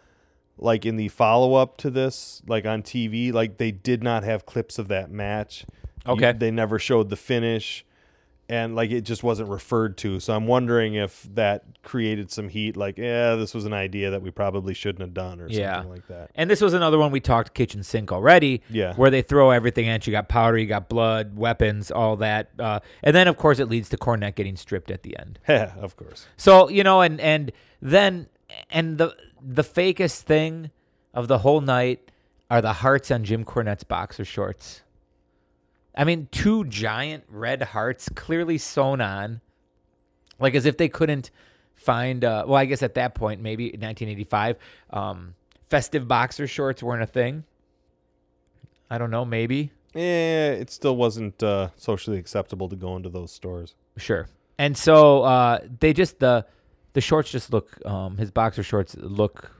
like in the follow up to this, like on TV, like they did not have clips of that match. You-
Okay.
they never showed the finish, and like it just wasn't referred to. So I'm wondering if that created some heat. Like, yeah, this was an idea that we probably shouldn't have done, or
Yeah.
something like that.
And this was another one we talked kitchen sink already.
Yeah.
Where they throw everything at you. You got powder, you got blood, weapons, all that. Uh, and then, of course, it leads to Cornette getting stripped at the end.
Heh, of course.
So you know, and and then and the the fakest thing of the whole night are the hearts on Jim Cornette's boxer shorts. I mean, two giant red hearts clearly sewn on, like as if they couldn't find. Uh, well, I guess at that point, maybe 1985, um, festive boxer shorts weren't a thing. I don't know. Maybe
Yeah, Eh, it still wasn't uh, socially acceptable to go into those stores.
Sure. And so uh, they just the the shorts just look um, his boxer shorts look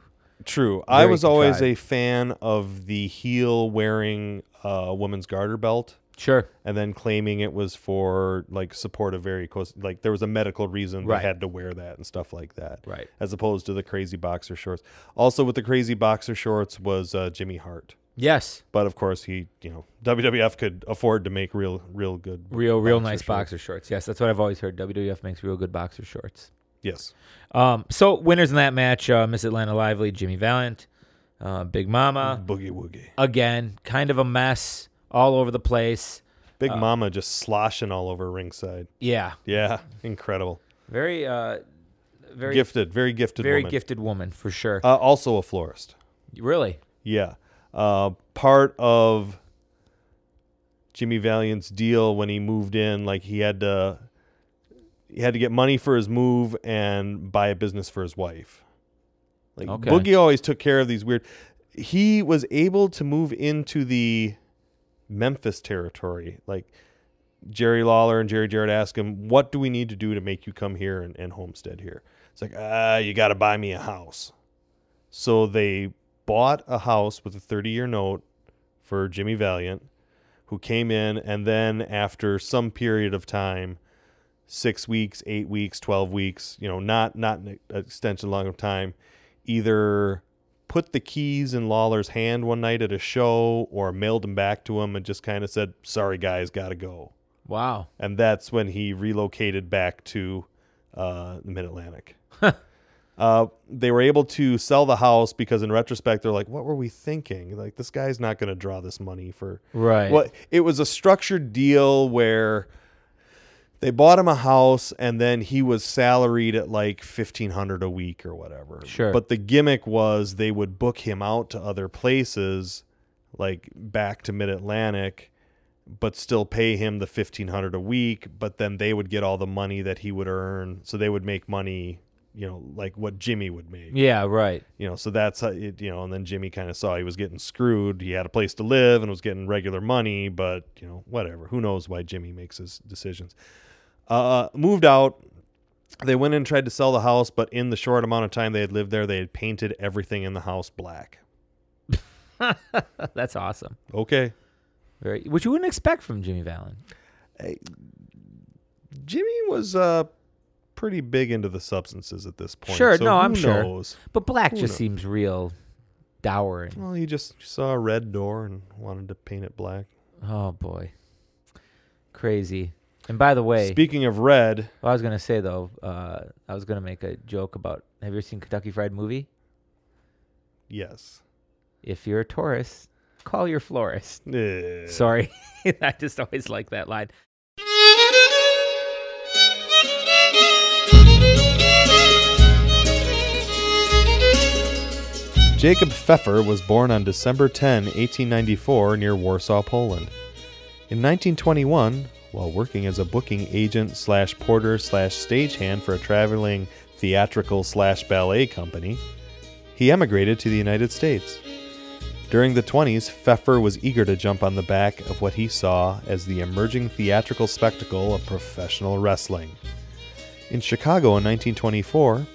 True. I
Very
was always
contrived.
a fan of the heel wearing uh, woman's garter belt.
sure
and then claiming it was for like support of very close like there was a medical reason
Right.
they had to wear that and stuff like that
Right.
as opposed to the crazy boxer shorts also with the crazy boxer shorts was uh, jimmy hart
yes
but of course he you know wwf could afford to make real real good
real real nice
shorts.
boxer shorts yes that's what I've always heard WWF makes real good boxer shorts
yes
um so winners in that match uh, Miss Atlanta Lively Jimmy Valiant uh, Big Mama
boogie woogie
again kind of a mess all over the place
big mama just sloshing all over ringside
yeah
yeah incredible
very uh very
gifted very gifted
very
woman.
gifted woman for sure
uh, also a florist
really
Yeah. Uh, part of Jimmy Valiant's deal when he moved in, like he had to He had to get money for his move and buy a business for his wife. Like
Okay.
Boogie always took care of these weird. He was able to move into the Memphis territory. Like Jerry Lawler and Jerry Jarrett ask him, "What do we need to do to make you come here and, and homestead here?" It's like, "Ah, you got to buy me a house." So they bought a house with a 30-year note for Jimmy Valiant, who came in, and then after some period of time, six weeks, eight weeks, twelve weeks, you know, not not an extension long of time, either put the keys in Lawler's hand one night at a show or mailed them back to him and just kind of said, "Sorry guys, gotta go."
Wow.
and that's when he relocated back to uh, the Mid Atlantic. uh, they were able to sell the house because, in retrospect, they're like, "What were we thinking? Like, this guy's not going to draw this money for."
Right.
Well, it was a structured deal where they bought him a house, and then he was salaried at like fifteen hundred a week or whatever.
Sure.
But the gimmick was they would book him out to other places, like back to Mid Atlantic but still pay him the 1500 a week but then they would get all the money that he would earn so they would make money you know like what jimmy would make
Yeah. Right.
you know so that's how it you know and then jimmy kind of saw he was getting screwed he had a place to live and was getting regular money but you know whatever who knows why jimmy makes his decisions uh moved out they went and tried to sell the house but in the short amount of time they had lived there they had painted everything in the house black
That's awesome.
okay
Very, which you wouldn't expect from Jimmy Fallon.
Jimmy was uh pretty big into the substances at this point.
Sure,
so
no,
who
I'm sure.
knows?
But black
Who
just
knows?
seems real dour. And,
Well, he just saw a red door and wanted to paint it black.
oh boy, crazy. And by the way,
Speaking of red,
what I was gonna say though, uh, I was gonna make a joke about. Have you ever seen Kentucky Fried Movie?
yes.
If you're a tourist, call your florist.
Eh.
Sorry, I just always like that line.
Jacob Pfeffer was born on December 10, 1894, near Warsaw, Poland. In 1921, while working as a booking agent slash porter slash stagehand for a traveling theatrical slash ballet company, he emigrated to the United States. During the 20s, Pfeffer was eager to jump on the back of what he saw as the emerging theatrical spectacle of professional wrestling. In Chicago in 1924,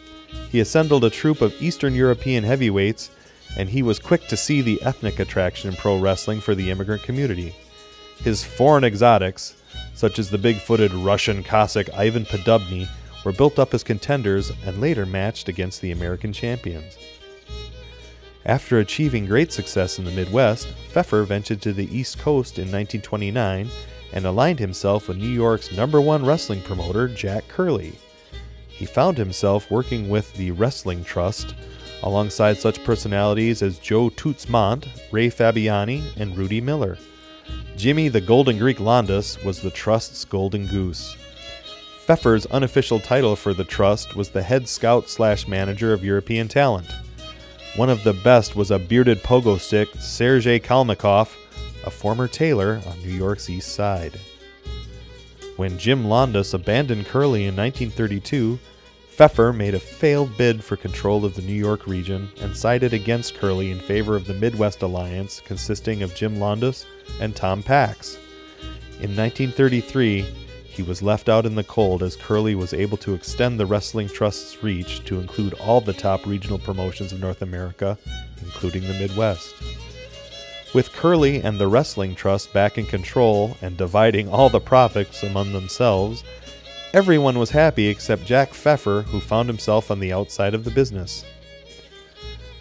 he assembled a troupe of Eastern European heavyweights, and he was quick to see the ethnic attraction in pro wrestling for the immigrant community. His foreign exotics, such as the big footed Russian Cossack Ivan Podubny, were built up as contenders and later matched against the American champions. After achieving great success in the Midwest, Pfeffer ventured to the East Coast in 1929 and aligned himself with New York's number one wrestling promoter, Jack Curley. He found himself working with the Wrestling Trust alongside such personalities as Joe Toots Mont, Ray Fabiani, and Rudy Miller. Jimmy the Golden Greek Londas was the Trust's golden goose. Pfeffer's unofficial title for the Trust was the head scout slash manager of European talent. One of the best was a bearded pogo stick, Sergei Kalmikov, a former tailor on New York's East Side. When Jim Londas abandoned Curly in 1932, Pfeffer made a failed bid for control of the New York region and sided against Curly in favor of the Midwest Alliance consisting of Jim Londas and Tom Pax. In 1933, he was left out in the cold as Curley was able to extend the Wrestling Trust's reach to include all the top regional promotions of North America, including the Midwest. With Curley and the Wrestling Trust back in control and dividing all the profits among themselves, everyone was happy except Jack Pfeffer, who found himself on the outside of the business.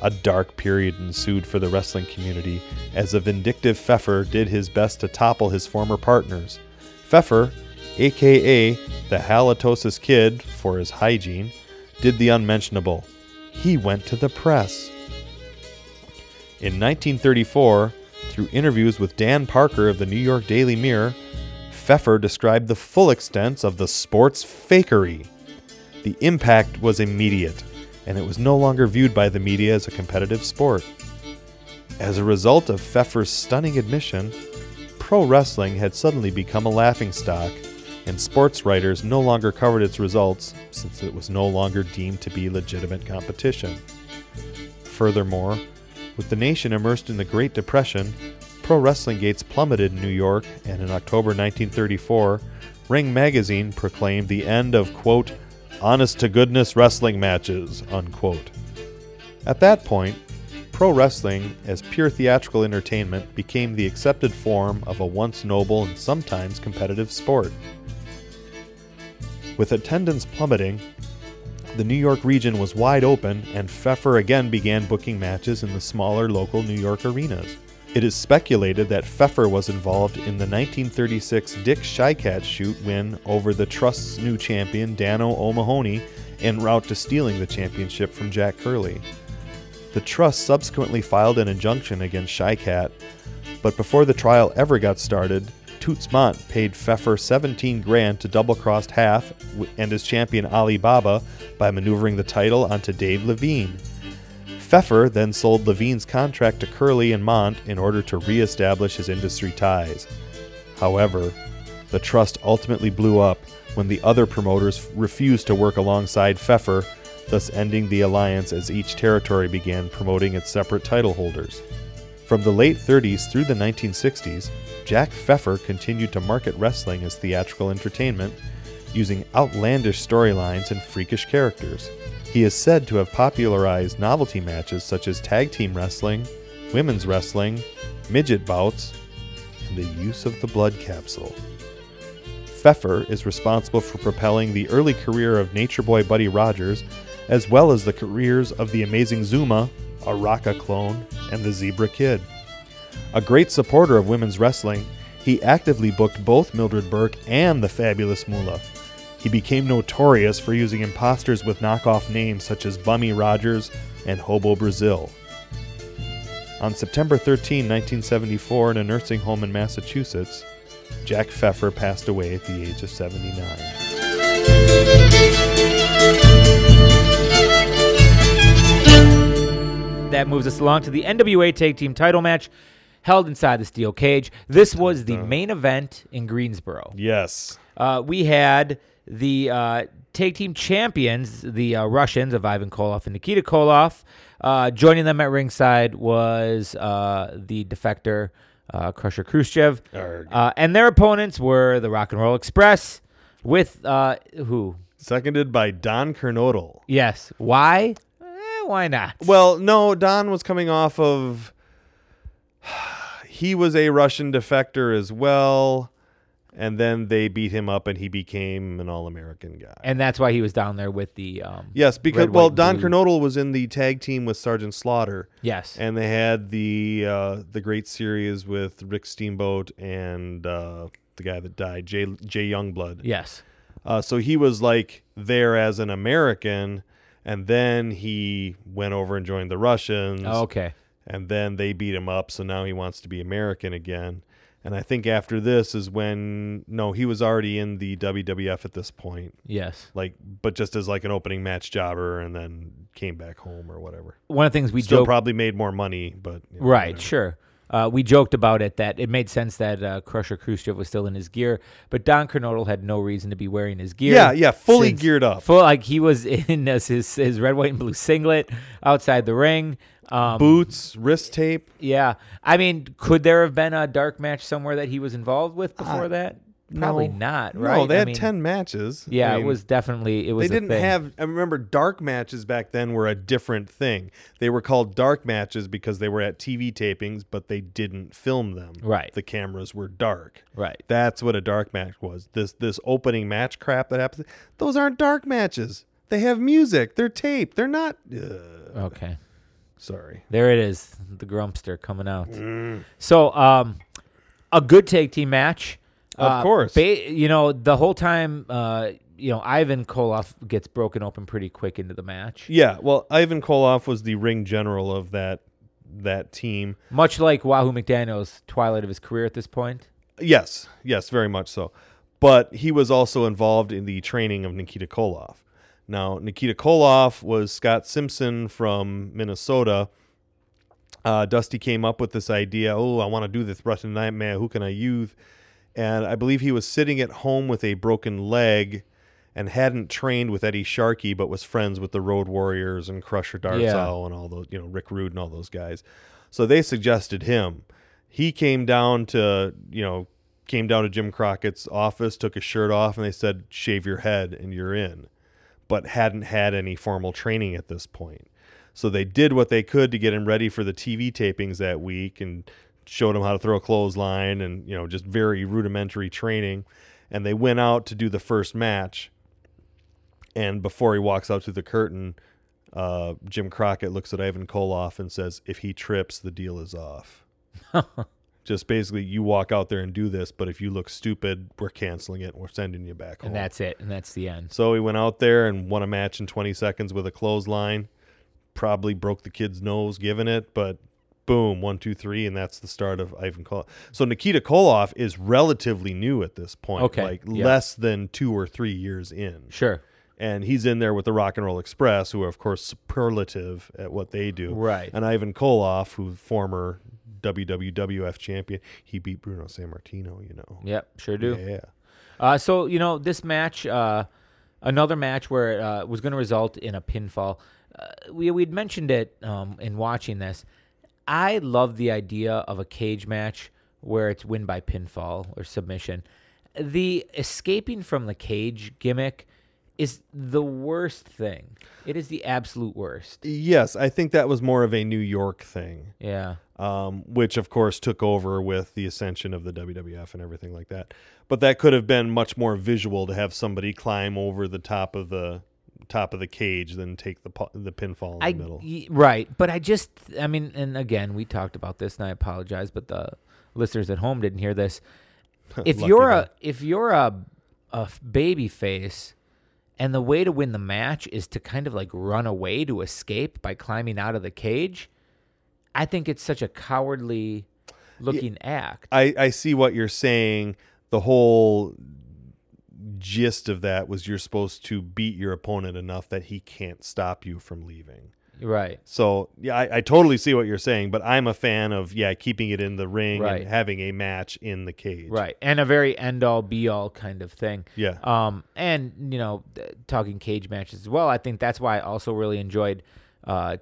A dark period ensued for the wrestling community as a vindictive Pfeffer did his best to topple his former partners. Pfeffer, aka the Halitosis Kid for his hygiene, did the unmentionable. He went to the press. In 1934, through interviews with Dan Parker of the New York Daily Mirror, Pfeffer described the full extent of the sport's fakery. The impact was immediate, and it was no longer viewed by the media as a competitive sport. As a result of Pfeffer's stunning admission, pro wrestling had suddenly become a laughingstock, and sports writers no longer covered its results since it was no longer deemed to be legitimate competition. Furthermore, with the nation immersed in the Great Depression, pro wrestling gates plummeted in New York, and in October 1934, Ring Magazine proclaimed the end of, quote, honest to goodness wrestling matches, unquote. At that point, pro wrestling, as pure theatrical entertainment, became the accepted form of a once noble and sometimes competitive sport. With attendance plummeting, the New York region was wide open, and Pfeffer again began booking matches in the smaller local New York arenas. It is speculated that Pfeffer was involved in the 1936 Dick Shycat shoot win over the Trust's new champion, Dano O'Mahony, en route to stealing the championship from Jack Curley. The Trust subsequently filed an injunction against Shycat, but before the trial ever got started, Toots Mont paid Pfeffer 17 grand to double cross half w- and his champion Ali Baba by maneuvering the title onto Dave Levine. Pfeffer then sold Levine's contract to Curley and Mont in order to reestablish his industry ties. However, the trust ultimately blew up when the other promoters refused to work alongside Pfeffer, thus ending the alliance as each territory began promoting its separate title holders. From the late 30s through the 1960s, Jack Pfeffer continued to market wrestling as theatrical entertainment, using outlandish storylines and freakish characters. He is said to have popularized novelty matches such as tag team wrestling, women's wrestling, midget bouts, and the use of the blood capsule. Pfeffer is responsible for propelling the early career of Nature Boy Buddy Rogers, as well as the careers of the amazing Zuma, a Raka clone, and the Zebra Kid. A great supporter of women's wrestling, he actively booked both Mildred Burke and the fabulous Moolah. He became notorious for using imposters with knockoff names such as Bummy Rogers and Hobo Brazil. On September 13, 1974, in a nursing home in Massachusetts, Jack Pfeffer passed away at the age of 79.
That moves us along to the NWA Tag Team title match held inside the steel cage. This was the main event in Greensboro.
Yes.
Uh, we had the uh, tag team champions, the uh, Russians of Ivan Koloff and Nikita Koloff. Uh, joining them at ringside was uh, the defector, uh, Crusher Khrushchev.
Arg.
Uh, and their opponents were the Rock and Roll Express with uh, who?
Seconded by Don Kernodle.
Yes. Why? Eh, why not?
Well, no, Don was coming off of. He was a Russian defector as well. And then they beat him up and he became an All American guy.
And that's why he was down there with the. Um,
Yes, because,
Red,
well,
white,
Don
blue.
Kernodle was in the tag team with Sergeant Slaughter.
Yes.
And they had the uh, the great series with Rick Steamboat and uh, the guy that died, Jay, Jay Youngblood.
yes.
Uh, so he was like there as an American, and then he went over and joined the Russians.
Oh, okay.
And then they beat him up, so now he wants to be American again. And I think after this is when no, he was already in the WWF at this point,
Yes.
like but just as like an opening match jobber, and then came back home or whatever.
One of the things we
Still
joke
probably made more money, but you know,
Right,
whatever.
sure. Uh, we joked about it that it made sense that uh, Crusher Khrushchev was still in his gear, but Don Kernodle had no reason to be wearing his gear.
Yeah, yeah, fully
since-
geared up.
Full, like he was in his, his his red, white, and blue singlet outside the ring. Um,
Boots, wrist tape.
yeah, I mean, could there have been a dark match somewhere that he was involved with before that? Probably
No.
not.
No,
Right?
they
I
had
mean,
ten matches. I
Yeah,
mean-
it was definitely it was.
They
a
didn't
thing.
have. I remember dark matches back then were a different thing. They were called dark matches because they were at TV tapings, but they didn't film them.
Right.
The cameras were dark.
Right.
That's what a dark match was. This this opening match crap that happens. Those aren't dark matches. They have music. They're taped. They're not. Uh,
Okay.
sorry.
There it is, the Grumpster coming out.
Mm.
So, um, a good tag team match, Uh,
Of course.
Ba- you know the whole time, uh, you know Ivan Koloff gets broken open pretty quick into the match,
Yeah. Well, Ivan Koloff was the ring general of that that team.
much like Wahoo McDaniel's twilight of his career at this point.
Yes, yes, very much so. But he was also involved in the training of Nikita Koloff. Now, Nikita Koloff was Scott Simpson from Minnesota. Uh, Dusty came up with this idea. Oh, I want to do this Russian nightmare. Who can I use? and I believe he was sitting at home with a broken leg and hadn't trained with Eddie Sharkey, but was friends with the Road Warriors and Crusher Darzal and all those, you know, Rick Rude and all those guys. So they suggested him. He came down to, you know, came down to Jim Crockett's office, took his shirt off, and they said, shave your head and you're in, but hadn't had any formal training at this point. So they did what they could to get him ready for the TV tapings that week and showed him how to throw a clothesline and, you know, just very rudimentary training. And they went out to do the first match. And before he walks out through the curtain, uh, Jim Crockett looks at Ivan Koloff and says, If he trips, the deal is off. Just basically, you walk out there and do this, but if you look stupid, we're canceling it and we're sending you back home.
And that's it. And that's the end.
So he went out there and won a match in 20 seconds with a clothesline. Probably broke the kid's nose giving it, but boom, one, two, three, and that's the start of Ivan Koloff. So Nikita Koloff is relatively new at this point,
Okay,
like
yeah.
less than two or three years in.
Sure.
And he's in there with the Rock and Roll Express, who are, of course, superlative at what they do.
Right.
And Ivan Koloff, who former WWWF champion, he beat Bruno San Martino, you know.
Yep. Sure do.
Yeah.
Uh, so you know this match, uh, another match where uh, was going to result in a pinfall. Uh, we we'd mentioned it um, in watching this. I love the idea of a cage match where it's win by pinfall or submission. The escaping from the cage gimmick is the worst thing. It is the absolute worst.
Yes, I think that was more of a New York thing.
Yeah.
um, which of course took over with the ascension of the WWF and everything like that. But that could have been much more visual to have somebody climb over the top of the top of the cage than take the pu- the pinfall in
I
the middle.
y- right, but I just I mean, and again, we talked about this, and I apologize, but the listeners at home didn't hear this. If
Lucky
you're
them.
a if you're a a f- baby face, and the way to win the match is to kind of like run away to escape by climbing out of the cage, I think it's such a cowardly looking act.
I, I see what you're saying. The whole gist of that was you're supposed to beat your opponent enough that he can't stop you from leaving.
Right.
So yeah, I, I totally see what you're saying, but I'm a fan of yeah keeping it in the ring
Right.
and having a match in the cage.
Right. And a very end all be all kind of thing.
Yeah.
Um, and you know, th- talking cage matches as well. I think that's why I also really enjoyed uh,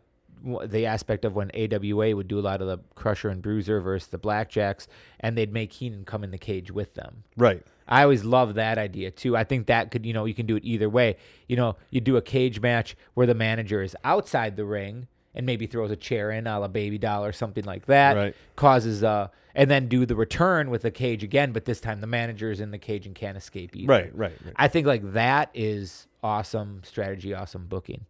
w- the aspect of when AWA would do a lot of the Crusher and Bruiser versus the Blackjacks, and they'd make Heenan come in the cage with them.
Right.
I always love that idea too. I think that could, you know, you can do it either way. You know, you do a cage match where the manager is outside the ring and maybe throws a chair in, a la baby doll or something like that,
Right.
causes uh, and then do the return with the cage again, but this time the manager is in the cage and can't escape either.
Right. Right. right.
I think like that is awesome strategy, awesome booking.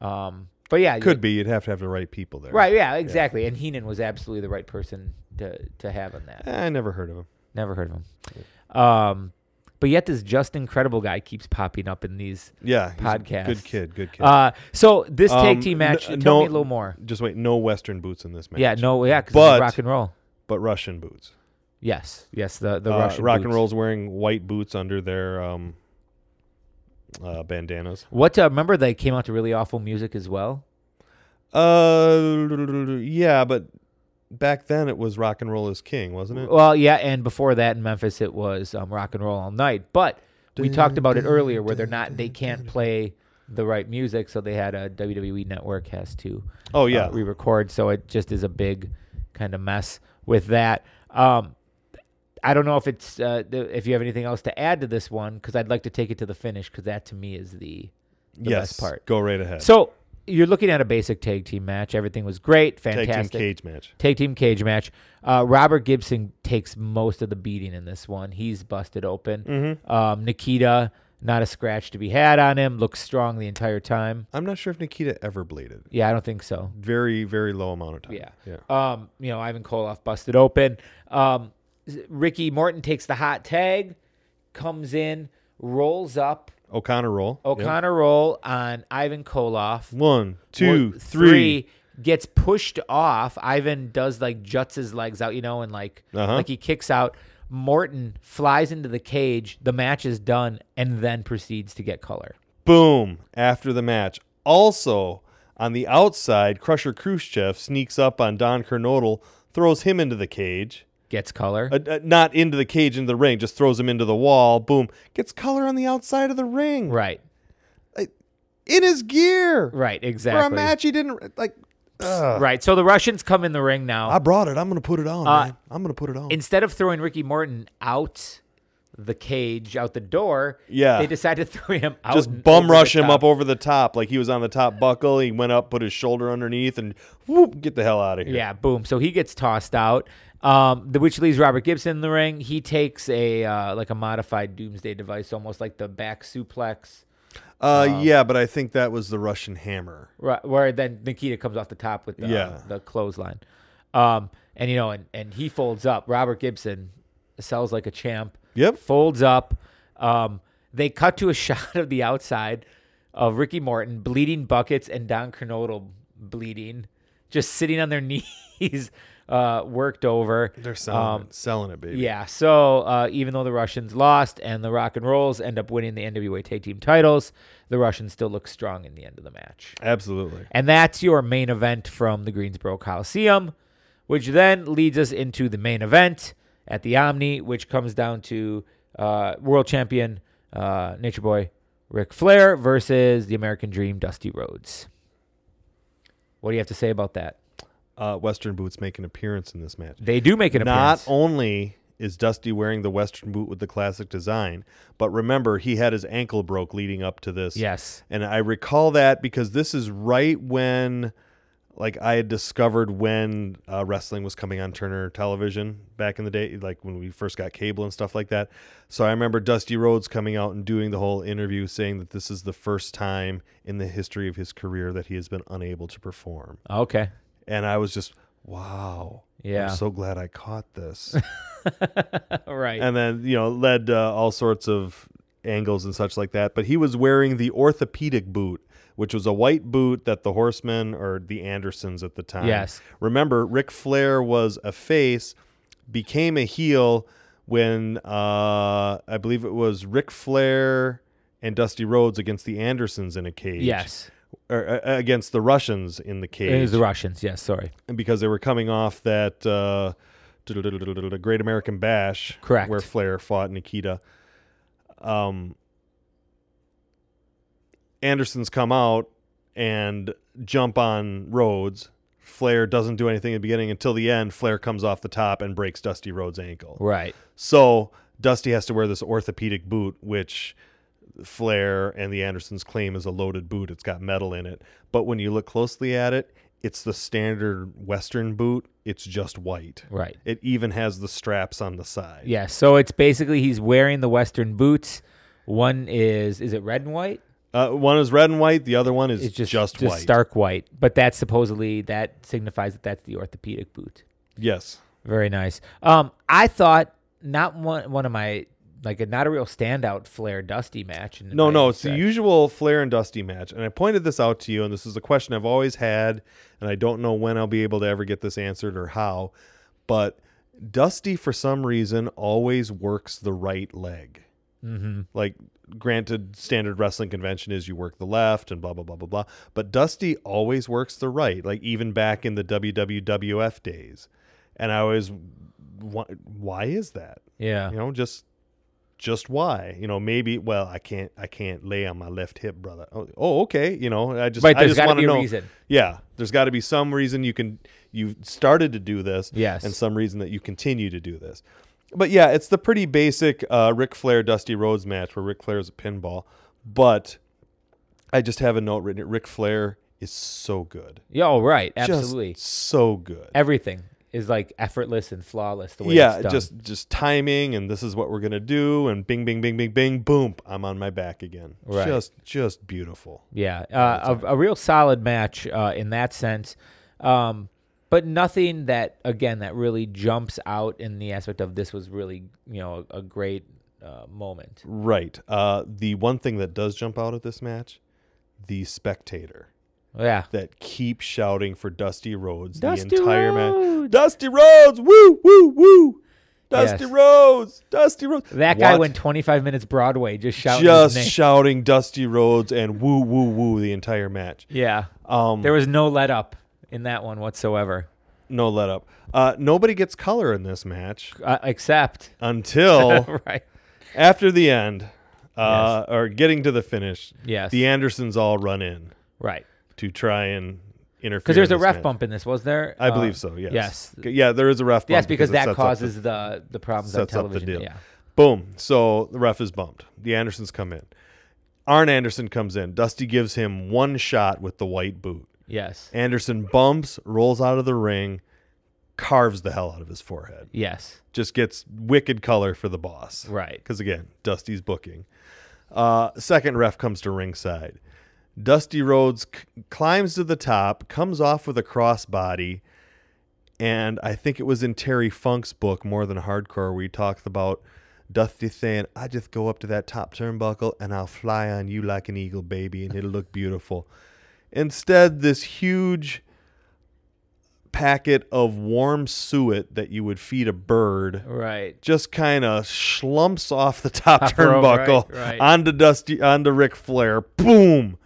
Um, but yeah,
Could be. You'd have to have the right people there.
right, yeah, exactly. And Heenan was absolutely the right person to to have on that.
Eh, I never heard of him.
Never heard of him. Um, but yet this just incredible guy keeps popping up in these.
Yeah. he's a
Podcast.
Good kid. Good kid.
Uh, so this tag
Um,
team match.
n-
tell
no-
me a little more.
Just wait. No Western boots in this match.
Yeah, no, yeah,
But-
because rock and roll.
But Russian boots.
Yes, yes, the the
Uh,
Russian
rock and
boots.
roll's wearing white boots under their um, uh, bandanas.
What? Uh, remember they came out to really awful music as well.
Uh, yeah, but back then it was rock and roll is king, wasn't it?
Well, yeah, and before that in Memphis it was um, rock and roll all night. But we talked about it earlier where they're not they can't play the right music, so they had a WWE network has to
Oh yeah.
uh, re-record. So it just is a big kind of mess with that. Um, I don't know if it's uh, th- if you have anything else to add to this one because I'd like to take it to the finish because that to me is the, the
yes.
best part.
Go right ahead.
So you're looking at a basic tag team match. Everything was great,
tag
fantastic.
team cage match.
Tag team cage match. Uh, Robert Gibson takes most of the beating in this one. He's busted open.
Mm-hmm.
Um, Nikita, not a scratch to be had on him. Looks strong the entire time.
I'm not sure if Nikita ever bladed.
Yeah, I don't think so.
Very very low amount of time.
Yeah.
Yeah.
Um, you know, Ivan Koloff busted open. Um, Ricky Morton takes the hot tag, comes in, rolls up
O'Connor roll. Yep.
O'Connor roll on Ivan Koloff.
One, two,
One-
three.
gets pushed off. Ivan does like juts his legs out, you know, and like
Uh-huh.
like he kicks out. Morton flies into the cage. The match is done, and then proceeds to get color.
Boom after the match. Also, on the outside, Crusher Khrushchev sneaks up on Don Kernodle, throws him into the cage,
Gets color.
Uh, uh, not into the cage, into the ring, just throws him into the wall. Boom. Gets color on the outside of the ring.
right.
In his gear.
Right. Exactly.
For a match he didn't, like, ugh.
Right. So the Russians come in the ring now.
I brought it. I'm going to put it on,
Uh,
man. I'm going to put it on.
Instead of throwing Ricky Morton out the cage, out the door,
Yeah.
they decide to throw him out.
just
and
bum
over
rush
the
him
top.
up over the top. Like he was on the top buckle. He went up, put his shoulder underneath, and whoop, get the hell out of here.
Yeah, boom. So he gets tossed out, um, the, which leaves Robert Gibson in the ring. He takes a uh, like a modified Doomsday device, almost like the back suplex,
Uh,
Um,
yeah, but I think that was the Russian hammer.
right, where then Nikita comes off the top with the, uh,
Yeah.
the clothesline, um, and you know, and and he folds up. Robert Gibson sells like a champ.
Yep.
folds up. Um, they cut to a shot of the outside of Ricky Morton bleeding buckets and Don Kernodle bleeding, just sitting on their knees, uh, worked over.
They're selling it, Um, selling it, baby.
Yeah. So uh, even though the Russians lost and the Rock and Rolls end up winning the NWA Tag Team titles, the Russians still look strong in the end of the match.
absolutely.
And that's your main event from the Greensboro Coliseum, which then leads us into the main event at the Omni, which comes down to uh, world champion uh, Nature Boy Ric Flair versus the American Dream Dusty Rhodes. What do you have to say about that?
Uh, Western boots make an appearance in this match.
They do make an
Not
appearance.
only is Dusty wearing the Western boot with the classic design, but remember he had his ankle broke leading up to this.
yes.
And I recall that because this is right when, like, I had discovered when uh, wrestling was coming on Turner Television back in the day, like when we first got cable and stuff like that. So I remember Dusty Rhodes coming out and doing the whole interview saying that this is the first time in the history of his career that he has been unable to perform.
Okay.
And I was just, wow.
Yeah.
I'm so glad I caught this.
All right.
and then, you know, led uh, all sorts of angles and such like that. But he was wearing the orthopedic boot, which was a white boot that the Horsemen or the Andersons at the time.
Yes.
Remember, Ric Flair was a face, became a heel when uh, I believe it was Ric Flair and Dusty Rhodes against the Andersons in a cage.
yes.
Or uh, against the Russians in the cage
It was the Russians. Yes. Sorry.
and because they were coming off that uh, Great American Bash,
Correct.
where Flair fought Nikita. Um, Anderson's come out and jump on Rhodes. Flair doesn't do anything at the beginning until the end. Flair comes off the top and breaks Dusty Rhodes' ankle.
Right.
So Dusty has to wear this orthopedic boot, which Flair and the Andersons claim is a loaded boot. It's got metal in it. But when you look closely at it, it's the standard Western boot. It's just white.
Right.
It even has the straps on the side.
Yeah. So it's basically he's wearing the Western boots. One is is it red and white?
Uh, one is red and white. The other one is
It's just
just, white.
stark white. But that's supposedly that signifies that that's the orthopedic boot.
Yes.
Very nice. Um, I thought not one one of my like not a real standout Flair Dusty match. In
No,
by
no,
any
it's the
stretch.
usual Flair and Dusty match. And I pointed this out to you, and this is a question I've always had, and I don't know when I'll be able to ever get this answered or how, but Dusty, for some reason, always works the right leg. Mm-hmm. Like, granted, standard wrestling convention is you work the left and blah, blah, blah, blah, blah. But Dusty always works the right, like even back in the WWWF days. And I always, why, why is that?
Yeah.
you know just just why you know maybe well i can't i can't lay on my left hip brother oh, oh, okay you know i just
Right,
i
there's
just
gotta
want
be
to
a
know
reason.
yeah there's got to be some reason you can you started to do this
Yes.
and some reason that you continue to do this but yeah it's the pretty basic uh Ric flair dusty rhodes match where Ric flair is a pinball but i just have a note written Ric flair is so good
Yeah. Oh, right.
Just
Absolutely.
so good
Everything is like effortless and flawless. The way
yeah
it's done.
just just timing and this is what we're gonna do and bing bing bing bing bing boom i'm on my back again
Right.
just just beautiful
Yeah, uh, a, a real solid match uh, in that sense, um, but nothing that again that really jumps out in the aspect of this was really you know a, a great uh, moment.
right uh the one thing that does jump out at this match the spectator
Yeah,
that keeps shouting for dusty rhodes
Dusty
the entire match
Rhodes!
dusty rhodes woo woo woo dusty
Yes.
rhodes dusty rhodes
that guy
What?
went 25 minutes Broadway just shouting his
just
name.
shouting dusty rhodes and woo woo woo the entire match
yeah,
um
there was no let up in that one whatsoever.
no let up. Uh, nobody gets color in this match
Uh, except
until
right.
after the end, uh, or getting to the finish.
Yes.
the Andersons all run in
Right.
to try and interfere.
Because there's
in
a
this
ref
match.
bump in this, was there?
I
Uh,
believe so. Yes.
Yes.
Okay, Yeah, there is a ref bump.
Yes, because,
it
that
sets up the-
causes the the problems
sets
on
up the
television.
deal.
Yeah.
Boom. So the ref is bumped. The Andersons come in. Arn Anderson comes in. Dusty gives him one shot with the white boot.
Yes.
Anderson bumps, rolls out of the ring, carves the hell out of his forehead.
yes.
Just gets wicked color for the boss.
Right.
Because again, Dusty's booking. Uh, second ref comes to ringside. Dusty Rhodes c- climbs to the top, comes off with a crossbody, and I think it was in Terry Funk's book, More Than Hardcore, where he talked about Dusty saying, I just go up to that top turnbuckle and I'll fly on you like an eagle, baby, and it'll look beautiful. Instead, this huge packet of warm suet that you would feed a bird
Right.
just kind of slumps off the top
Top rope,
turnbuckle
right, right.
onto Dusty onto Ric Flair. Boom!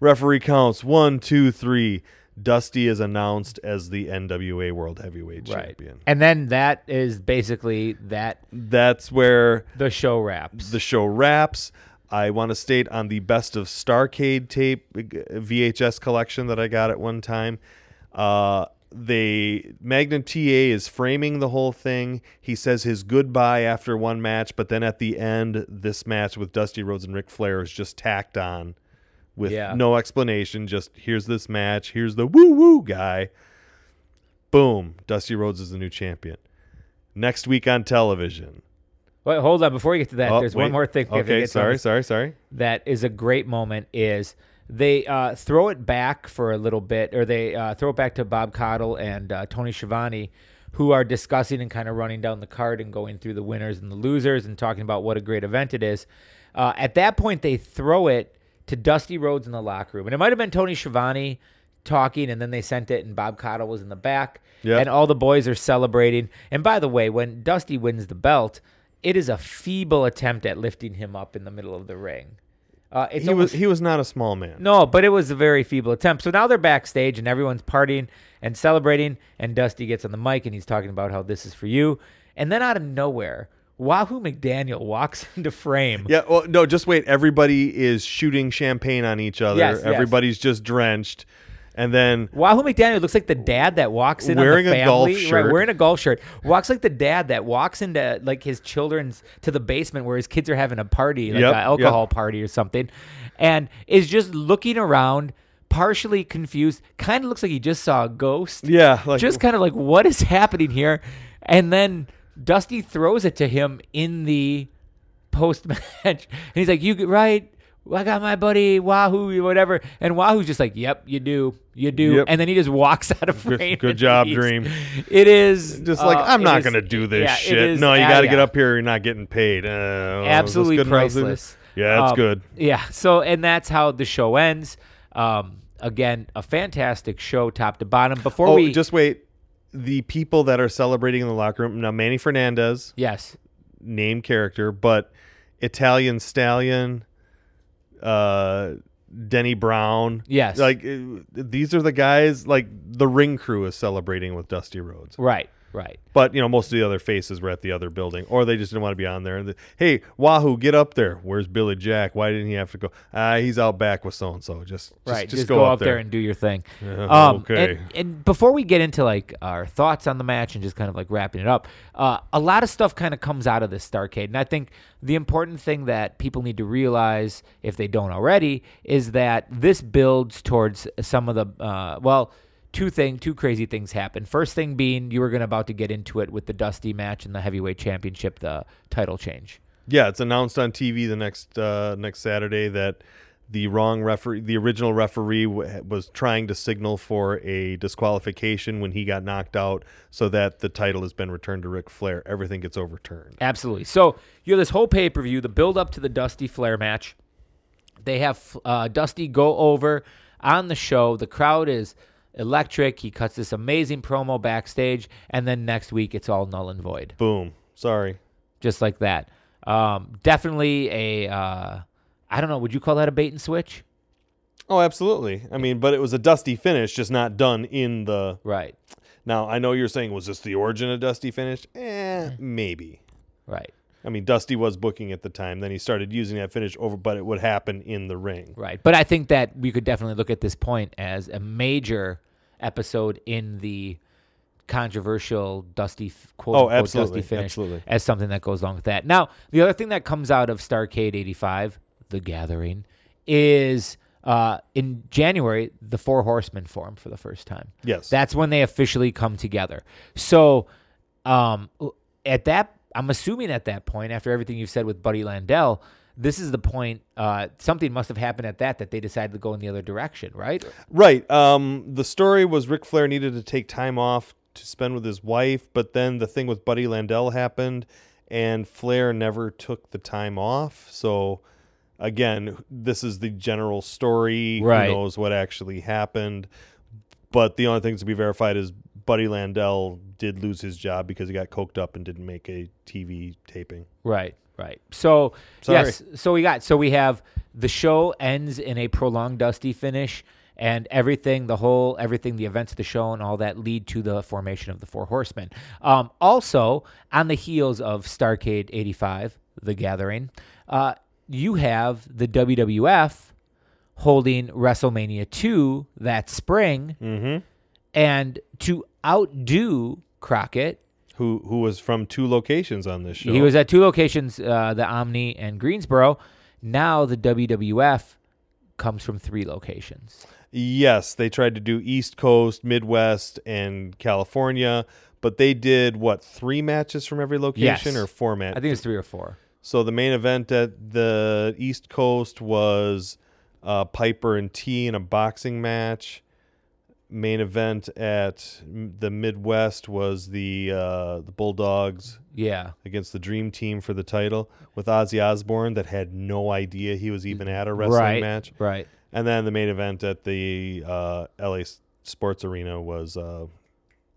Referee counts one, two, three. Dusty is announced as the NWA World Heavyweight
Right.
Champion.
And then that is basically that
That's where
the show wraps.
the show wraps. I want to state on the best of Starcade tape uh, VHS collection that I got at one time. Uh, they Magnum TA is framing the whole thing. He says his goodbye after one match, but then at the end, this match with Dusty Rhodes and Ric Flair is just tacked on with
Yeah.
no explanation. Just here's this match. Here's the woo woo guy. Boom! Dusty Rhodes is the new champion. Next week on television.
Wait, hold on. Before we get to that,
Oh,
there's
wait.
one more thing. we have to
Okay,
get to
sorry,
on
sorry, sorry.
that is a great moment is they uh, throw it back for a little bit, or they uh, throw it back to Bob Cottle and uh, Tony Schiavone, who are discussing and kind of running down the card and going through the winners and the losers and talking about what a great event it is. Uh, at that point, they throw it to Dusty Rhodes in the locker room, and it might have been Tony Schiavone talking, and then they sent it, and Bob Cottle was in the back,
Yeah.
and all the boys are celebrating. And by the way, when Dusty wins the belt. It is a feeble attempt at lifting him up in the middle of the ring. Uh, it's
he
almost,
was he was not a small man.
no, but it was a very feeble attempt. So now they're backstage and everyone's partying and celebrating. And Dusty gets on the mic and he's talking about how this is for you. And then out of nowhere, Wahoo McDaniel walks into frame.
Yeah, well, no, just wait. Everybody is shooting champagne on each other.
Yes, yes.
Everybody's just drenched, and then
Wahoo McDaniel looks like the dad that walks in
Wearing
on
a
the family,
golf
right?
shirt.
Wearing a golf shirt, walks like the dad that walks into like his children's to the basement where his kids are having a party, like
Yep,
an alcohol
yep.
party or something, and is just looking around, partially confused. Kind of looks like he just saw a ghost.
yeah, like
just kind of like what is happening here, and then Dusty throws it to him in the post match, and he's like, "You get right." I got my buddy Wahoo, whatever, and Wahoo's just like, "Yep, you do, you do,"
Yep.
and then he just walks out of
Good-
frame.
good
and
job,
leaves.
Dream.
It is
just like
uh,
I'm
it
not
is-
gonna do this
yeah, it
shit.
is-
no, you
ah,
got to
yeah.
get up here. You're not getting paid. Uh, well, is this
absolutely
good enough to do
priceless.
this? Yeah, that's
Um,
good.
Yeah. So, and that's how the show ends. Um, again, a fantastic show, top to bottom. Before
Oh,
we
just wait. The people that are celebrating in the locker room now. Manny Fernandez,
yes,
name character, but Italian Stallion, uh, Denny Brown.
Yes.
Like uh, these are the guys like the ring crew is celebrating with Dusty Rhodes.
right, right.
But you know, most of the other faces were at the other building, or they just didn't want to be on there. And the- hey, Wahoo, get up there! Where's Billy Jack? Why didn't he have to go? Ah, he's out back with so and so. Just
right
just, go, up there.
and do your thing
Yeah,
um,
okay.
and, and before we get into like our thoughts on the match and just kind of like wrapping it up uh, a lot of stuff kind of comes out of this starcade and i think the important thing that people need to realize if they don't already is that this builds towards some of the uh, well two thing two crazy things happen first thing being you were going to about to get into it with the dusty match and the heavyweight championship the title change
yeah, it's announced on TV the next uh, next Saturday that the wrong referee, the original referee, w- was trying to signal for a disqualification when he got knocked out, so that the title has been returned to Ric Flair. Everything gets overturned.
Absolutely. So you have this whole pay per view, the build up to the Dusty Flair match. They have uh, Dusty go over on the show. The crowd is electric. He cuts this amazing promo backstage, and then next week it's all null and void
Boom. Sorry.
just like that. Um, definitely a, uh, I don't know, would you call that a bait and switch?
Oh, absolutely. I mean, but it was a dusty finish, just not done in the
Right.
Now, I know you're saying, was this the origin of Dusty finish? Eh, maybe.
Right.
I mean, Dusty was booking at the time. Then he started using that finish over, but it would happen in the ring.
Right. But I think that we could definitely look at this point as a major episode in the controversial dusty f- quote
Oh,
unquote
absolutely,
dusty finish
absolutely.
as something that goes along with that. Now, the other thing that comes out of Starcade 85, The Gathering, is uh, in January, the Four Horsemen form for the first time.
Yes.
That's when they officially come together. So, um, at that, I'm assuming at that point, after everything you've said with Buddy Landell, this is the point. Uh, something must have happened at that that they decided to go in the other direction, right?
Right. Um, the story was Ric Flair needed to take time off to spend with his wife, but then the thing with Buddy Landell happened, and Flair never took the time off. So, again, this is the general story.
Right.
Who knows what actually happened? But the only thing to be verified is Buddy Landell did lose his job because he got coked up and didn't make a TV taping.
Right, right. So
Sorry.
yes, so we got so we have the show ends in a prolonged dusty finish, and everything, the whole everything, the events of the show, and all that lead to the formation of the Four Horsemen. Um, also, on the heels of Starcade '85, The Gathering, uh, you have the WWF holding WrestleMania two that spring, and to outdo Crockett
Who who was from two locations on this show?
he was at two locations, uh, the Omni and Greensboro. Now the WWF comes from three locations.
Yes, they tried to do East Coast, Midwest, and California, but they did what three matches from every location
Yes.
or four
I
matches.
think it's three or four.
so the main event at the East Coast was uh, Piper and T in a boxing match. Main event at m- the Midwest was the uh, the Bulldogs
Yeah,
against the Dream Team for the title with Ozzy Osbourne that had no idea he was even at a wrestling
right,
match.
right.
And then the main event at the uh, LA S- Sports Arena was uh,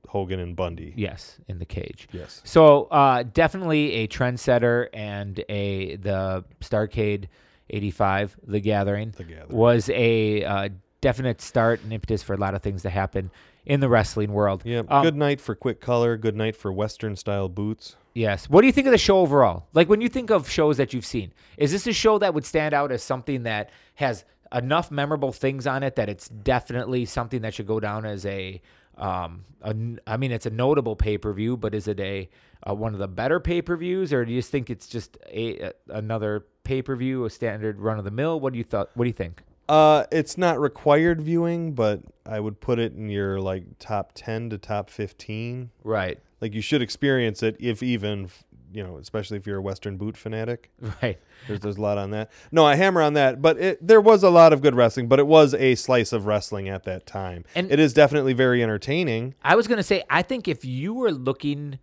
Hogan and Bundy.
Yes, in the cage.
Yes.
So uh, definitely a trendsetter and a the Starcade '85, The Gathering, the
Gathering.
was a uh, definite start and impetus for a lot of things to happen in the wrestling world.
Yeah.
Um,
good night for quick color. Good night for Western style boots.
Yes. What do you think of the show overall? Like when you think of shows that you've seen, is this a show that would stand out as something that has enough memorable things on it that it's definitely something that should go down as a, um, a n- I mean, it's a notable pay per view, but is it a, uh one of the better pay per views, or do you just think it's just a, a another pay per view, a standard run of the mill? What do you thought? What do you think?
Uh, it's not required viewing, but I would put it in your like top ten to top fifteen.
Right.
Like you should experience it, if even f- you know, especially if you're a Western boot fanatic.
Right.
There's, there's a lot on that. No, I hammer on that, but it, there was a lot of good wrestling, but it was a slice of wrestling at that time.
And-
it is definitely very entertaining.
I was gonna say, I think if you were looking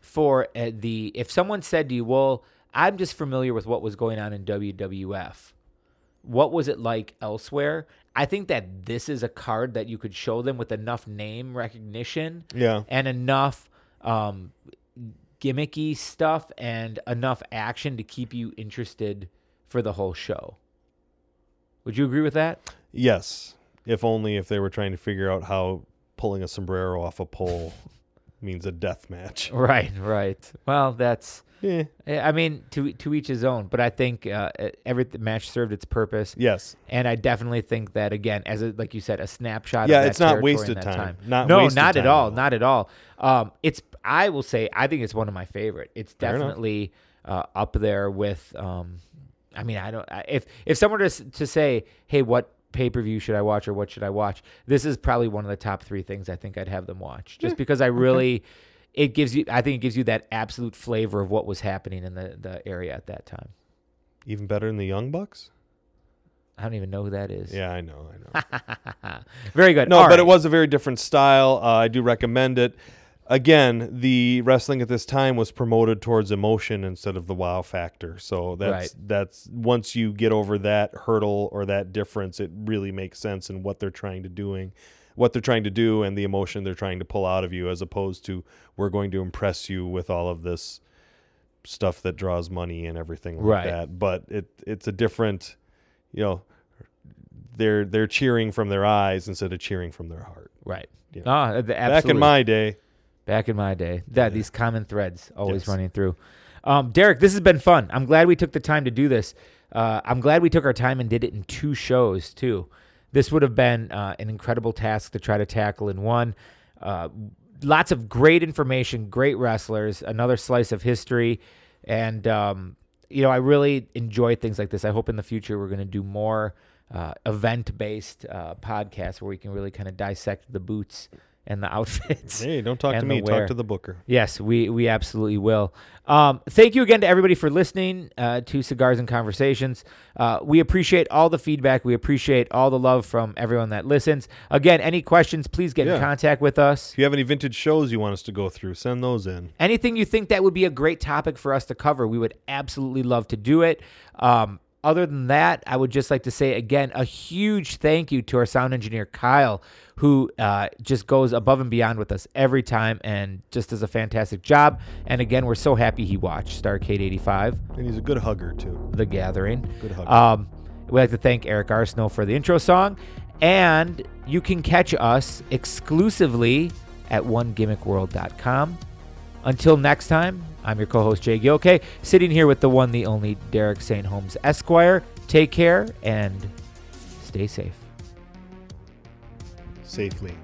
for uh, the, if someone said to you, "Well, I'm just familiar with what was going on in WWF," what was it like elsewhere? I think that this is a card that you could show them with enough name recognition
Yeah.
and enough um, gimmicky stuff and enough action to keep you interested for the whole show. Would you agree with that?
Yes. If only if they were trying to figure out how pulling a sombrero off a pole means a death match.
Right, right. Well, that's
Eh,
Yeah, I mean, to e, to each his own. But I think uh, every th- match served its purpose.
Yes.
And I definitely think that again, as a, like you said, a snapshot.
Yeah,
of that
it's not
territory and
wasted
that
time. Not
no,
wasted
not at
time
all.
at all.
Not at all. Um, it's I will say I think it's one of my favorite. It's
enough.
definitely uh, up there with. Um, I mean, I don't. I- If if someone to to say, hey, what pay per view should I watch or what should I watch? This is probably one of the top three things I think I'd have them watch, just because I really. It gives you, I think, it gives you that absolute flavor of what was happening in the, the area at that time.
Even better than the Young Bucks?
I don't even know who that is.
Yeah, I know. I know.
Very good.
No,
All
but it
right.
was a very different style. Uh, I do recommend it. Again, the wrestling at this time was promoted towards emotion instead of the wow factor. So that's that's once you get over that hurdle or that difference, it really makes sense in what they're trying to doing, what they're trying to do, and the emotion they're trying to pull out of you, as opposed to we're going to impress you with all of this stuff that draws money and everything like
Right.
that. But it it's a different, you know, they're they're cheering from their eyes instead of cheering from their heart.
Right.
Yeah.
Ah, the-
Back in
absolutely.
my day,
back in my day. That these common threads always
Yes.
running through. Um, Derek, this has been fun. I'm glad we took the time to do this. Uh, I'm glad we took our time and did it in two shows too. This would have been uh, an incredible task to try to tackle in one. Uh, lots of great information, great wrestlers, another slice of history, and um, you know I really enjoy things like this. I hope in the future we're going to do more uh, event-based uh, podcasts where we can really kind of dissect the boots and the outfits.
hey, don't talk to
and the
me,
wear.
talk to the booker.
Yes, we we absolutely will. Um, thank you again to everybody for listening uh, to Cigars and Conversations. Uh, we appreciate all the feedback. We appreciate all the love from everyone that listens. Again, any questions, please get
Yeah.
in contact with us.
If you have any vintage shows you want us to go through, send those in.
Anything you think that would be a great topic for us to cover, we would absolutely love to do it. Um, other than that, I would just like to say again a huge thank you to our sound engineer Kyle, who uh, just goes above and beyond with us every time and just does a fantastic job. And again, we're so happy he watched Starcade '85,
And he's a good hugger too.
The Gathering.
Good hugger.
Um, we'd like to thank Eric Arsenault for the intro song, and you can catch us exclusively at onegimmickworld.com. Until next time, I'm your co-host Jay Gilkay, sitting here with the one, the only Derek St. Holmes Esquire. Take care and stay safe.
Safely.